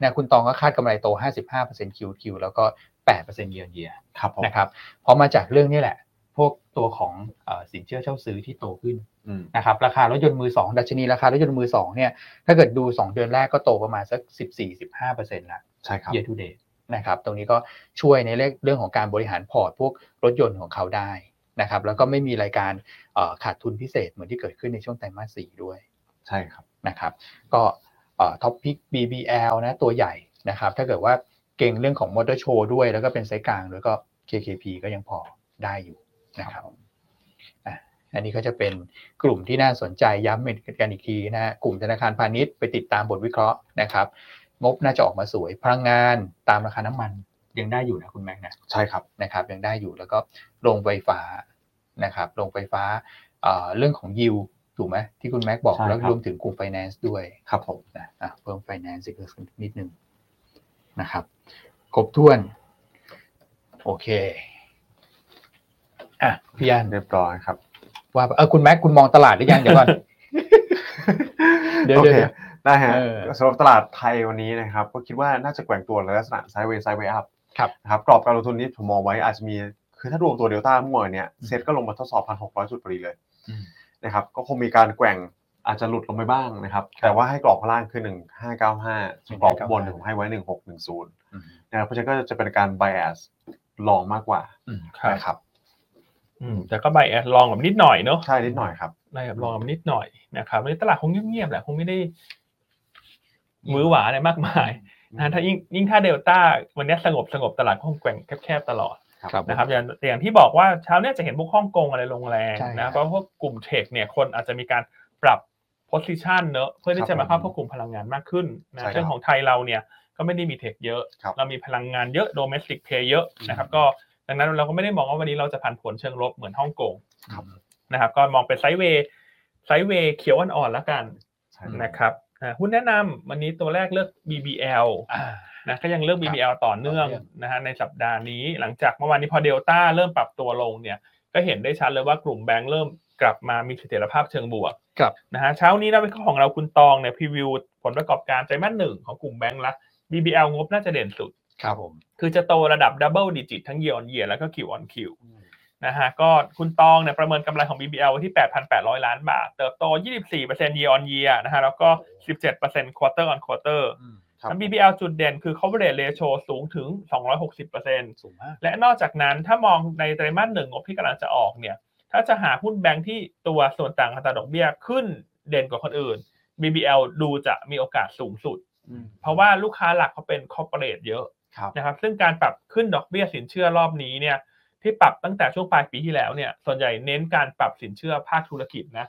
B: นะคุณตองก็คาดกำไรโต 55% QQ แล้วก็8%เยียร์เยีย
C: ครับผม
B: นะครับเพราะมาจากเรื่องนี้แหละ พวกตัวของเอ่อสินเชื่อเช่าซื้อที่โตขึ้น
C: อืม
B: นะครับราคารถยนต์มือ 2 ดัชนีราคารถยนต์มือ 2 เนี่ย ถ้าเกิดดู 2 เดือนแรกก็โตประมาณสัก 14-15%ละ
C: ใช่ครับ
B: year to date นะครับ ตรงนี้ก็ช่วยในเรื่องเรื่องของการบริหารพอร์ตพวกรถยนต์ของเขาได้นะครับ แล้วก็ไม่มีรายการเอ่อขาดทุนพิเศษเหมือนที่เกิดขึ้นในช่วงไตรมาสสี่ด้วย
C: ใช่ครับ
B: นะครับ ก็ท็อปพิก BBL นะตัวใหญ่นะครับ ถ้าเกิดว่าเก่งเรื่องของมอเตอร์โชว์ด้วย แล้วก็เป็นไซส์กลางด้วยก็ KKP ก็ยังพอ ได้อยู่นะครับอ่ะอันนี้ก็จะเป็นกลุ่มที่น่าสนใจย้ำอีกกันอีกทีนะฮะกลุ่มธนาคารพาณิชย์ไปติดตามบทวิเคราะห์นะครับ งบน่าจะออกมาสวยพลังงานตามราคาน้ำมันยังได้อยู่นะคุณแม็กซ์นะ
C: ใช่ครับ
B: นะครับยังได้อยู่แล้วก็โรงไฟฟ้านะครับโรงไฟฟ้าเอ่อเรื่องของยิวถูกไหมที่คุณแม็กบอก
C: ใช่ครับ
B: แล้วรวมถึงกลุ่มไฟแนนซ์ด้วย
C: ครับผม
B: นะอ่ะเพิ่มไฟแนนซ์อีกนิดนึงนะครับครบถ้วน โอเคอ่ะพี่ยัน
C: เรียบร้อยครับ
B: ว่าเออคุณแม็กคุณมองตลาดหรือยังเดี๋ยวก่อน เดี๋ยว
C: โอเค
B: เดี๋ยว
C: ได้ฮะ
B: เออ
C: สำหรับตลาดไทยวันนี้นะครับ ก็คิดว่าน่าจะแกว่งตัวในลักษณะไซด์เวย์ไซด์เวย์อัพ
B: ครับ
C: นะครับกรอบการลงทุนนี้ผมมองไว้อาจจะมี คือถ้ารวมตัวเดลต้าเมื่อวานเนี่ยเซ็ตก็ลงมาทดสอบ 1,600 จุดพอดีเลย
E: อืม
C: นะครับก็คงมีการแกว่งอาจจะหลุดลงไปบ้างนะครับ แต่ว่าให้กรอบข้างล่างคือ 1595ส่วนกรอบข้างบนเนี่ยผมให้ไว้ 1610
B: อืม
C: นะครับเพราะฉะนั้นก็จะเป็นการ bias ลองมากกว่า
A: ครับ
C: นะครับ
A: อืมแต่ก็ใบแอดลองแบบนิดหน่อยเนาะ
C: ใช่นิดหน่อยครับ
A: ใบแบบลองแบบนิดหน่อยนะครับในตลาดคงเงียบๆแหละคงไม่ได้หวือหวาอะไรมากมายนะถ้ายิ่งยิ่งถ้าเดลต้าวันนี้สงบสงบตลาดก็คงแกว่งแคบๆตลอด
B: ครับ
A: นะครับอย่างอย่างที่บอกว่าเช้าเนี่ยจะเห็นพวกฮ่องกงอะไรลงแรง
B: ใช่ครับ
A: นะเพราะพวกกลุ่มเทคเนี่ยคนอาจจะมีการปรับ position เนอะเพื่อที่จะมาเข้าพวกกลุ่มพลังงานมากขึ้นนะเรื่องของไทยเราเนี่ยก็ไม่ได้มีเทคเยอะ
C: ครับ
A: เรามีพลังงานเยอะ domestic play เยอะนะครับก็ดังนั้นเราก็ไม่ได้มองว่าวันนี้เราจะผันผวนเชิงลบเหมือนฮ่องกงนะครับก็มองเป็นไซด์เวย์ไซด์เวย์เขียวอ่อนๆแล้วกัน
C: ใช่ครับ
A: นะครับอ่าหุ้นแนะนำวันนี้ตัวแรกเลือก BBL
B: อ่า
A: นะก็ยังเรื่อง BBL ต่อเนื่อง
B: ต่อเนื่อง
A: นะฮะในสัปดาห์นี้หลังจากเมื่อวานนี้พอเดลต้าเริ่มปรับตัวลงเนี่ยก็เห็นได้ชัดเลยว่ากลุ่มแบงก์เริ่มกลับมามีเสถียรภาพเชิงบวก
B: ครับ
A: นะฮะเช้านี้นักวิเคราะห์ของเราคุณตองเนี่ยพรีวิวผลประกอบการไตรมาสหนึ่งของกลุ่มแบงก์ละ BBL งบน่าจะเด่นสุด
B: ครับผม
A: คือจะโตระดับดับเบิลดิจิตทั้งเยียร์ออนเยียร์แล้วก็คิวออนคิวนะฮะก็คุณตองเนี่ยประเมินกำไรของ BBL ไว้ที่ 8,800 ล้านบาท เติบโต 24% year on year นะฮะแล้วก็ 17% quarter on quarter
C: ครับ
A: แล้ว BBL จุดเด่นคือ coverage ratio สูงถึง 260%
B: สูงมาก
A: และนอกจากนั้นถ้ามองในไตรมาสหนึ่งงบที่กำลังจะออกเนี่ย ถ้าจะหาหุ้นแบงค์ที่ตัวส่วนต่างอัตราดอกเบี้ยขึ้นเด่นกว่าคนอื่น BBL ดูจะมีโอกาสสูงสุด เพราะว่าลูกค้าหลักเขาเป็น corporate เยอะ
C: ครับ
A: นะครับ ซึ่งการปรับขึ้นดอกเบี้ยสินเชื่อรอบนี้เนี่ย ที่ปรับตั้งแต่ช่วงปลายปีที่แล้วเนี่ย ส่วนใหญ่เน้นการปรับสินเชื่อภาคธุรกิจนะ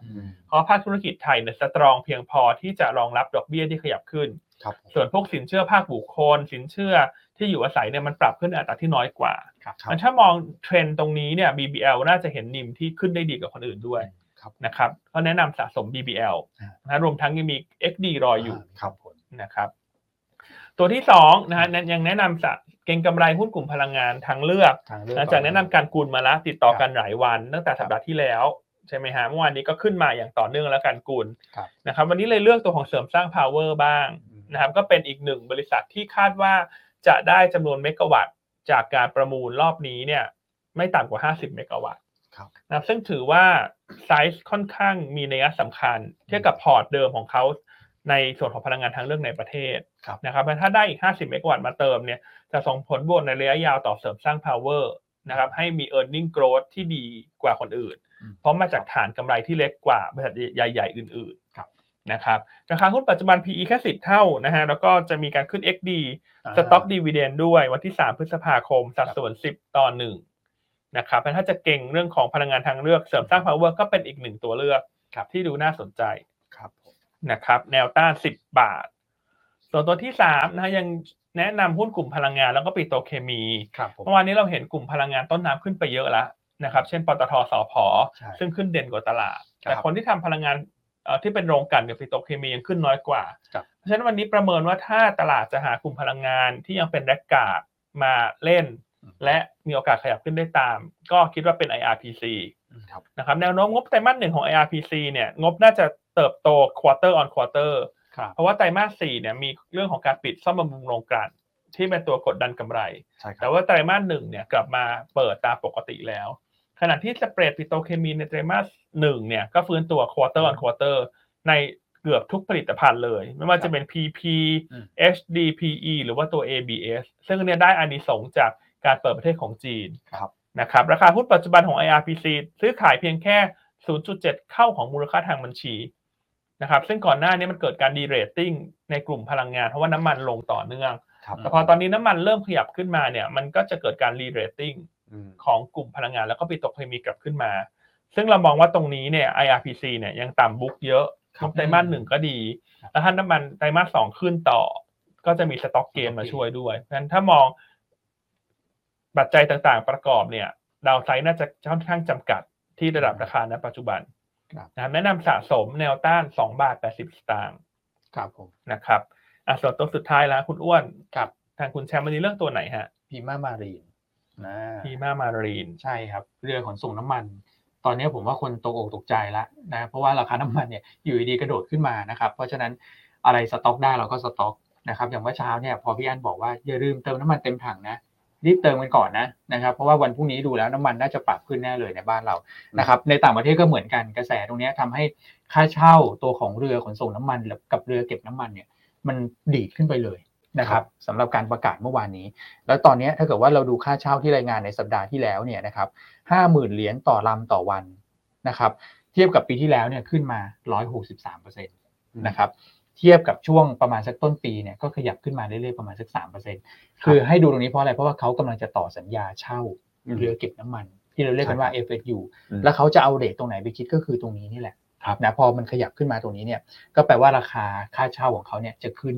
A: เพราะภาคธุรกิจไทยเนี่ยสตรองเพียงพอที่จะรองรับดอกเบี้ยที่ขยับขึ้น
C: ครับผม
A: ส่วนพวกสินเชื่อภาคบุคคล สินเชื่อที่อยู่อาศัยเนี่ยมันปรับขึ้นอัตราที่น้อยกว่า
C: ครับ
A: อันถ้ามองเทรนด์ตรงนี้เนี่ย BBL น่าจะเห็นนิมที่ขึ้นได้ดีกว่าคนอื่นด้วย
C: ครับ
A: นะครับก็แนะนำสะสม BBL นะรวมทั้งยังมี XD รออยู่
C: ครับผม
A: นะครับ ตัวที่สองนะฮะแนะยังแนะนำสะเก็งกำไรหุ้นกลุ่มพลังงานทางเลือก
B: ทางเลือก
A: หลังจากแนะนำการกูลมาแล้วติดต่อกันหลายวัน ตั้งแต่สัปดาห์ที่แล้วใช่ไหมฮะเมื่อวานนี้ก็ขึ้นมาอย่างต่อเนื่องแล้วการกูล
B: ครับ
A: นะครับวันนี้เลยเลือกตัวของเสริมสร้าง power บ้างนะครับก็เป็นอีกหนึ่งบริษัทที่คาดว่าจะได้จำนวนเมกะวัตต์จากการประมูลรอบนี้เนี่ยไม่ต่ำกว่า 50 เมกะวัตต์
C: ครับ
A: นะครับซึ่งถือว่าไซส์ค่อนข้างมีนัยสำคัญ เทียบกับพอร์ตเดิมของเขาในส่วนของพลังงานทางเลือกในประเทศ
C: ครับ
A: นะครับถ้าได้อีก 50 เมกะวัตต์มาเติมเนี่ย จะส่งผลบวกในระยะยาวต่อเสริมสร้าง power นะครับให้มี e a r n i n g growth ที่ดีกว่าคนอื่น
B: อืม
A: เพราะมาจากฐานกำไรที่เล็กกว่าบริษัทใหญ่ ๆ อื่น
C: ครับ
A: ๆนะครับราคาหุ้นปัจจุบัน PE แค่ 10 เท่านะฮะแล้วก็จะมีการขึ้น XD สต็อกดีเวเดนด้วยวันที่ 3 พฤษภาคม สัดส่วน 10 ต่อ1นะครับถ้าจะเก่งเรื่องของพลังงานทางเลือกเสริมสร้าง power ก็เป็นอีกหนึ่งตัวเลือกที่ดูน่าสนใจ
C: ครับผม
A: นะครับแนวต้าน 10 บาท ส่วนตัวที่3นะฮะยังแนะนำหุ้นกลุ่มพลังงานแล้วก็ปิโตรเคมี
B: ครับผม
A: เมื่อวานนี้เราเห็นกลุ่มพลังงานต้นน้ำขึ้นไปเยอะแล้วนะครับ เช่นปตทสพ
B: ใช่
A: ซึ่งขึ้นเด่นกว่าตลาด
C: ครับ
A: แต่คนที่ทำพลังงานเอ่อที่เป็นโรงกลั่นกับปิโตรเคมียังขึ้นน้อยกว่า
B: ครับ
A: เพราะฉะนั้นวันนี้ประเมินว่าถ้าตลาดจะหากลุ่มพลังงานที่ยังเป็นแรกกาดมาเล่น
B: อืม
A: และมีโอกาสขยับขึ้นได้ตาม ก็คิดว่าเป็น IRPC
C: ครับ
A: นะครับแนวโน้มงบไตรมาสหนึ่งของ IRPC เนี่ยงบน่าจะเติบโต quarter on quarter
B: ครับ
A: เพราะว่าไตรมาสสี่เนี่ยมีเรื่องของการปิดซ่อมบำรุงโรงกลั่นที่เป็นตัวกดดันกำไร
C: ใช่ครั
A: แต่
C: บ
A: ว่าไตรมาสหนึ่งเนี่ยกลับมาเปิดตามปกติแล้ว ขณะที่สเปรดปิโตรเคมีในไตรมาสหนึ่งเนี่ยก็ฟื้นตัว quarter on quarter ในเกือบทุกผลิตภัณฑ์เลย ไม่ว่าจะเป็น PP
B: อืม
A: HDPE หรือว่าตัว ABS ซึ่งเนี่ยได้อานิสงส์จากการเปิดประเทศของจีน
C: ครับ
A: นะครับราคาหุ้นปัจจุบันของ IRPC ซื้อขายเพียงแค่ 0.7 เข้าของมูลค่าทางบัญชีนะครับซึ่งก่อนหน้านี้มันเกิดการดีเรตติ้งในกลุ่มพลังงาน เพราะว่าน้ำมันลงต่อเนื่อง
C: ครับ
A: แต่พอตอนนี้น้ำมันเริ่มขยับขึ้นมาเนี่ยมันก็จะเกิดการรีเรตติ้ง
C: อืม
A: ของกลุ่มพลังงานแล้วก็ปิโตรเคมีกลับขึ้นมา ซึ่งเรามองว่าตรงนี้เนี่ย IRPC เนี่ยยังต่ำบุ๊กเยอะ
C: ครับ
A: บุ๊กไตรมาสหนึ่งก็ดี แล้วถ้าน้ำมันไตรมาสสองขึ้นต่อ ก็จะมีสต็อกเกนมาช่วยด้วยเพราะฉะนั้นถ้ามองปัจจัยต่างๆประกอบเนี่ย ดาวไซด์น่าจะค่อนข้างจำกัดที่ระดับราคาณปัจจุบัน
B: ครับ
A: นะครับแนะนำสะสมแนวต้านสองบาทแปดสิบสตางค์
B: ครับผม
A: นะครับอ่ะส่วนตัวสุดท้ายแล้วคุณอ้วน
B: ครับ
A: ทางคุณแชมป์วันนี้เรื่องตัวไหนฮะ
B: พีมามารีนนะ
A: พีมามารีน
B: ใช่ครับเรือขนส่งน้ำมัน ตอนนี้ผมว่าคนตกอกตกใจละนะเพราะว่าราคาน้ำมันเนี่ยอยู่ดีๆกระโดดขึ้นมานะครับเพราะฉะนั้นอะไรสต็อกได้เราก็สต็อกนะครับอย่างเมื่อเช้าเนี่ยพอพี่อันบอกว่าอย่าลืมเติมน้ำมันเต็มถังนะรีบเติมกันก่อนนะนะครับเพราะว่าวันพรุ่งนี้ดูแล้วน้ำมันน่าจะปรับขึ้นแน่เลยในบ้านเรานะครับในต่างประเทศก็เหมือนกันกระแสตรงเนี้ยทำให้ค่าเช่าตัวของเรือขนส่งน้ำมันกับเรือเก็บน้ำมันเนี่ยมันดีดขึ้นไปเลยนะครับสำหรับการประกาศเมื่อวานนี้ แล้วตอนเนี้ยถ้าเกิดว่าเราดูค่าเช่าที่รายงานในสัปดาห์ที่แล้วเนี่ยนะครับห้าหมื่นเหรียญต่อลำต่อวันนะครับ เทียบกับปีที่แล้วเนี่ยขึ้นมา 163เปอร์เซ็นต์นะครับ เทียบกับช่วงประมาณสักต้นปีเนี่ยก็ขยับขึ้นมาเรื่อยๆประมาณสัก3เปอร์เซ็นต์คือให้ดูตรงนี้เพราะอะไร เพราะว่าเขากำลังจะต่อสัญญาเช่า
C: อืม
B: เรือเก็บน้ำมัน ที่เราเรียกกันว่า FSU
C: อืม
B: แล้วเขาจะเอาเรทตรงไหนไปคิดก็คือตรงนี้นี่แหละ
C: ครับ
B: นะพอมันขยับขึ้นมาตรงนี้เนี่ยก็แปลว่าราคาค่าเช่าของเขาเนี่ยจะขึ้น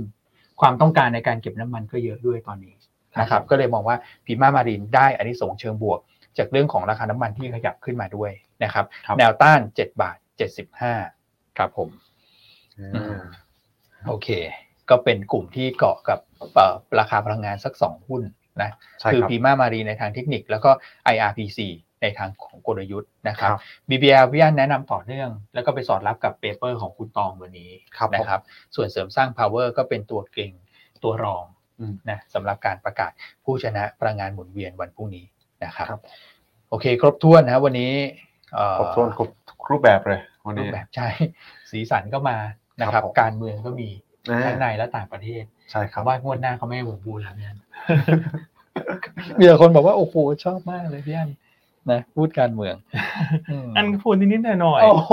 B: ความต้องการในการเก็บน้ำมันก็เยอะด้วยตอนนี้นะครับก็เลยมองว่าพีมามารินได้อานิสงส์เชิงบวก จากเรื่องของราคาน้ำมันที่ขยับขึ้นมาด้วยนะครับ
C: ครับ
B: แนวต้าน7บาท75ครับผม
C: อื
B: อื
C: ม
B: ม โอเค ก็เป็นกลุ่มที่เกาะกับเอ่อราคาพลังงานสัก 2 หุ้นนะ
C: ใช่
B: คือ
C: ครับ
B: พีมามารีในทางเทคนิคแล้วก็ IRPC ในทางของกลยุทธ์นะครับ
C: ครับ
B: BBL พี่อันแนะนำต่อเนื่อง แล้วก็ไปสอดรับกับเปเปอร์ของคุณตองวันนี้
C: ครับผม
B: นะครับ ส่วนเสริมสร้าง power ก็เป็นตัวเก่งตัวรอง
C: อืม
B: นะสำหรับการประกาศผู้ชนะพลังงานหมุนเวียนวันพรุ่งนี้นะครับ
C: ครับ
B: โอเค ครบถ้วนนะวันนี้เอ่อ
C: ครบถ้วนครบครบรูปแบบเลยวัน
B: รู
C: นี้
B: ปแบบใช่ สีสันก็มานะครับ
C: ครับผม
B: การเมืองก็มี
C: อ่า
B: ทั้งในและต่างประเทศ
C: ใช่ครับ
B: คำว่างวดหน้าเขาไม่ให้ผมพูดแล้วเนี่ย มีแต่คนบอกว่าโอ้โหชอบมากเลยพี่อันนะพูดการเมืองม
A: อันพูดนิดๆหน่อย
B: โอ้ โห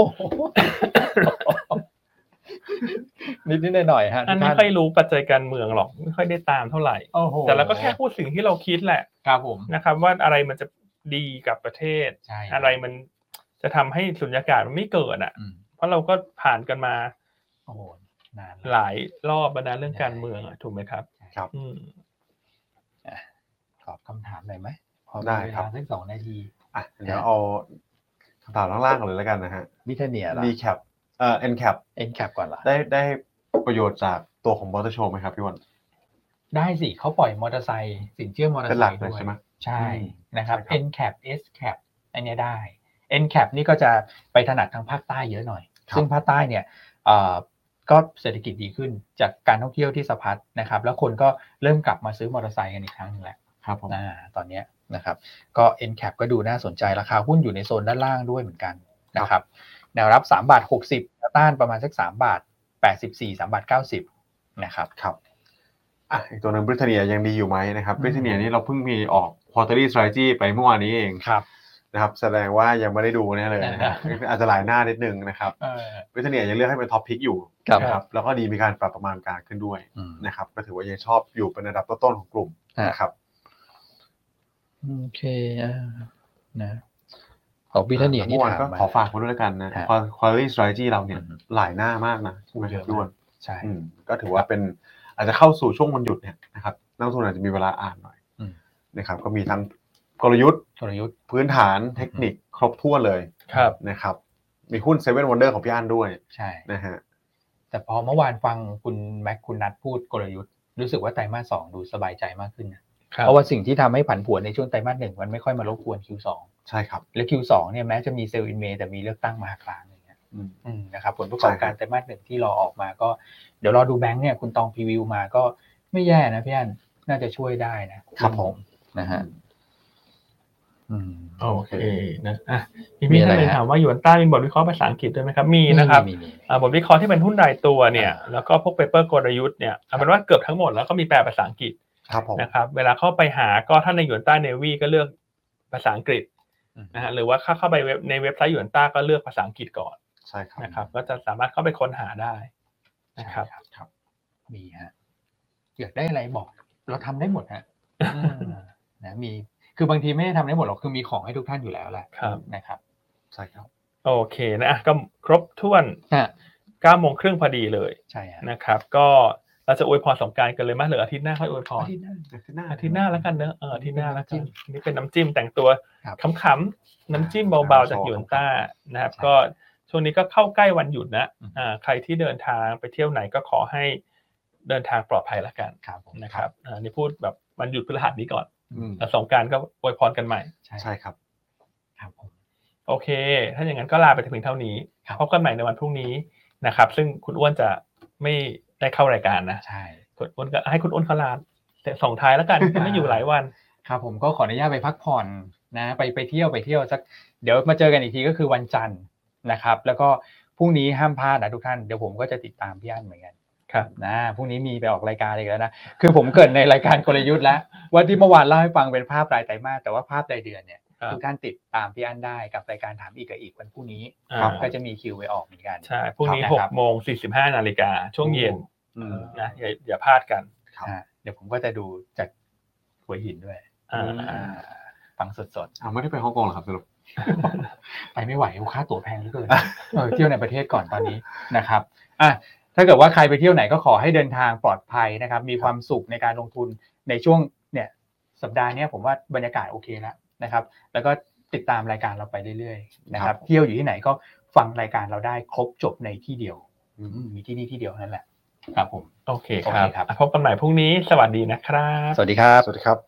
B: นิดนิดหน่อยหน่อยๆฮะ
A: ๆอันไม่
B: ทุก
A: ค่อ
B: ท่าย
A: รู้ปัจจัยการเมืองหรอก ไม่ค่อยได้ตามเท่าไหร่
B: โอ้โห
A: แต่เราก็แค่พูดสิ่งที่เราคิดแหละ
B: ครับผม
A: นะครับ ว่าอะไรมันจะดีกับประเทศ
B: ใช่
A: อะไรมันจะทำให้สุญญากาศมันไม่เกิดอ่ะ
B: อืม
A: เพราะเราก็ผ่านกันมา
B: โอ้โหนาน
A: ห
B: ละ
A: ลายรอบแล้วนะเรื่องการเมืองอะถูกไหมครับ
C: ครับ
A: อืม
B: ตอบคำถามหน่อยไหมพอมี
C: ได้
B: เว
C: ครั
B: ลา
C: บ
B: สักสองนาที
C: อ่ะเดี๋ยวเอาคำถามล่างๆก่อนเลยแล้วกันนะฮะ
B: มิเทเนียเหรอ
C: d cap เอ่อ n cap
B: เอ็นแคปก่อนเหรอ
C: ได้ได้ประโยชน์จากตัวของมอเตอร์โชว์ไหมครับพี่วัน
B: ได้สิเขาปล่อยมอเตอร์ไซค์สินเชื่อมอเตอร์
C: เป็น
B: ไซ
C: หลัก
B: ค์
C: เล
B: ด้
C: ย
B: วย
C: ใช่ไหม
B: ใช่นะครับ
C: ใช่ครับ
B: n cap s cap อันเนี้ยได้ n cap นี่ก็จะไปถนัดทางภาคใต้เยอะหน่อย
C: ครับ
B: ซึ่งภาคใต้เนี่ยเอ่อก็เศรษฐกิจดีขึ้นจากการท่องเที่ยวที่สะพัดนะครับ แล้วคนก็เริ่มกลับมาซื้อมอเตอร์ไซค์กันอีกครั้งหนึงแล้ว
C: ครับผม
B: อ่าตอนเนี้ยนะครับ ก็ n cap ก็ดูน่าสนใจราคาหุ้นอยู่ในโซนด้านล่างด้วยเหมือนกันนะครับแนวรับ3บาท60แนวต้านประมาณสัก3บาท84 3บาท90นะครับ
C: ครับอ่ะอีกตัวหนึ่งบริเตเนียยังดีอยู่ไหมนะครับบริเตเนียนี่เราเพิ่งมีออก quarterly strategy ไปเมื่อวานนี้เอง
B: ครับ
C: นะครับแสดงว่ายังไม่ได้ดูแน่เลยนะฮะอาจจะหลายหน้านิดนึงนะครับ
B: เออ
C: บริเตเนียยังเลือกให้เป็นท็อปพิกอยู่
B: ครับ
C: นะแล้วก็ดีมีการปรับประมาณการขึ้นด้วย
B: อืม
C: นะครับก็ถือว่ายังชอบอยู่เป็นระดับต้นๆของกลุ่มนะครับ
B: โอเคอ่านะของพี่ท่านเหนียนี่
C: เมื่อว
B: ถาม
C: ก็
B: มา
C: ขอฝากคุณด้วยแล้วกันนะ
B: ฮะ
C: ควอลี่สไตรจี้เราเนี่ย
B: อือฮึ
C: หลายหน้ามากนะ
B: โอ้เยอะมาก
C: ด้วย
B: ใช่
C: อืมก็ถือว่าเป็นอาจจะเข้าสู่ช่วงวันหยุดเนี่ยนะครับนักลงทุนอาจจะมีเวลาอ่านหน่อยนะครับก็มีทั้งกลยุทธ์
B: กลยุทธ์
C: พื้นฐานเทคนิคครบถ้วนเลย
A: ครับ
C: นะครับ มีหุ้นเซเว่นวันเดอร์ของพี่อันด้วย
B: ใช่
C: นะฮะ
B: แต่พอเมื่อวานฟังคุณแม็กคุณนัทพูดกลยุทธ์ รู้สึกว่าไตรมาสสองดูสบายใจมากขึ้นนะ
A: ครับ
B: เพราะว่าสิ่งที่ทำให้ผันผวนในช่วงไตรมาสหนึ่งมันไม่ค่อยมารบกวน Q2
C: ใช่ครับ
B: และ Q2 เนี่ยแม้จะมีเซลล์อินเมย์แต่มีเลือกตั้งมหากลางอย่างเงี้ย
C: อืม
B: อืมนะครับผลประกอบการ
C: ใช่ครับ
B: ไตรมาสหนึ่งที่รอออกมาก็เดี๋ยวรอดูแบงค์เนี่ยคุณตองพรีวิวมาก็ไม่แย่นะพี่อันน่าจะช่วยได้นะครับ
C: ผม
B: นะฮะอืม
A: โอเคนะอ่ะพี่
B: มี
A: พี่
B: อะไร
A: ท่านหนึ่ง
B: ฮะ
A: ถามว่าหยวนต้ามีบทวิเคราะห์ภาษาอังกฤษด้วยไหมครับ มีนะครับ
B: มีมีมี
A: อ่าบทวิเคราะห์ที่เป็นหุ้นรายตัวเนี่ย
B: อ่า
A: แล้วก็พวกเปเปอร์กลยุทธ์เนี่ยเอาเป็นว่าเกือบทั้งหมดแล้วก็มีแปลภาษาอังกฤษ
C: ครับผม
A: นะครับ เวลาเข้าไปหาก็ถ้าในหยวนต้าเนวีก็เลือกภาษาอังกฤษ
B: อืม
A: นะฮะหรือว่าเข้าเข้าไปเว็บในเว็บไซต์หยวนต้าก็เลือกภาษาอังกฤษก่อน
C: ใช่ครับ
A: นะครับ ก็จะสามารถเข้าไปค้นหาได้นะครับ
B: ใช่ครับ มีฮะอยากได้อะไรบอก เราทำได้หมดฮะ นะมี คือบางทีไม่ได้ทำได้หมดหรอกคือมีของให้ทุกท่านอยู่แล้วแหละ
A: ครับ
B: นะครับ
C: ใช่ครับ
A: โอเคนะอ่ะก็ครบถ้วน
B: ฮะ
A: 9ก้าโมงครึ่งพอดีเลย
B: ใช่ฮะ
A: นะครับ ก็เราจะอวยพรสงกรารกันเลยมั้ยเหลืออาทิตย์หน้าค่อยอวยพร
B: ที่นั่น
A: อาทิตย์หน้าแล้วกันเนอะเอออาทิตย์หน้าแล้วกัน
B: เป็นน้ำ
A: อันนี่เป็นน้ำ
B: จิ้ม
A: จิ้มแต่งตัว
B: ครับ
A: ขำๆน้ำจิ้มเบาๆ จากหยวนต้านะครับ ก็ช่วงนี้ก็เข้าใกล้วันหยุดนะ
B: อืม
A: อ่าใครที่เดินทางไปเที่ยวไหนก็ขอให้เดินทางปลอดภัยแล้วกัน
B: ครับผม
A: นะครับอ่านี่พูดแบบวันหยุดพฤหัสนี้ก่อน
C: อืม
A: แล้วสงกรารก็อวยพรกันใหม่
B: ใช่
C: ใช่ครับ
B: ครับผม
A: โอเค ถ้าอย่างนั้นก็ลาไปถึงเท่านี้
B: ครับ
A: พบกันใหม่ในวันพรุ่งนี้นะครับ ซึ่งคุณอ้วนจะไม่ได้เข้ารายการนะ
B: ใช่
A: คุณอ้วนก็ให้คุณอ้วนเขาลาแต่ส่งท้าย แล้วกัน ไม่อยู่หลายวัน
B: ครับผมก็ขออนุญาตไปพักผ่อนนะไปไปเที่ยวไปเที่ยวสักเดี๋ยวมาเจอกันอีกทีก็คือวันจันทร์นะครับ แล้วก็พรุ่งนี้ห้ามพลาดนะทุกท่านเดี๋ยวผมก็จะติดตามพี่อั้นเหมือนกัน
A: ครับ
B: นะพรุ่งนี้มีไปออกรายการอีกแล้วนะคือผมเกริดในรายการกลยุทธ์แล้วว่าที่เมื่อวานเล่าให้ฟังเป็นภาพรายไตรมาสแต่ว่าภาพรายเดือนเนี่ย
A: ครับ
B: ทุกท่านติดตามพี่อั้นได้กับรายการถามอีกกับอีกวันพรุ่งนี้
A: อ่า
C: ครับ
B: ก็จะมีคิวไปออกเหมือนกัน
A: ใช่ พรุ่งนี้
B: ครับ
A: หก
B: นะครับ
A: โมงสี่สิบห้านาฬิกาช่วงเย็น
C: อืม
A: นะอย่าอย่าพลาดกัน
C: ครับ
B: อ่าเดี๋ยวผมก็จะดูจากหัวหินด้วย
A: อ่า
C: อืม
A: อ่า
B: ฟังสด
C: อ่าไม่ได้ไปฮ่องกงเหรอครับสรุป
B: ๆ ไปไม่ไหวค่าตั๋วแพงเหลือเกิน เออเที่ยวในประเทศก่อนตอนนี้นะครับอ่ะถ้าเกิดว่าใครไปเที่ยวไหนก็ขอให้เดินทางปลอดภัยนะครับ มีความสุขในการลงทุนในช่วงเนี่ยสัปดาห์เนี้ยผมว่าบรรยากาศโอเคแล้วนะครับ แล้วก็ติดตามรายการเราไปเรื่อยๆนะค
C: ครั
B: รับ
C: บ
B: เที่ยวอยู่ที่ไหนก็ฟังรายการเราได้ครบจบในที่เดียว
C: อืม
B: อืมมีที่นี่ที่เดียวนั่นแหละครับผม
A: โอเค
B: โอ
A: ค
B: เครับ ครับ
A: อ่ะพบกันใหม่พรุ่งนี้สวัสดีนะครับ
B: สวัสดีครับ
C: สวัสดีครับ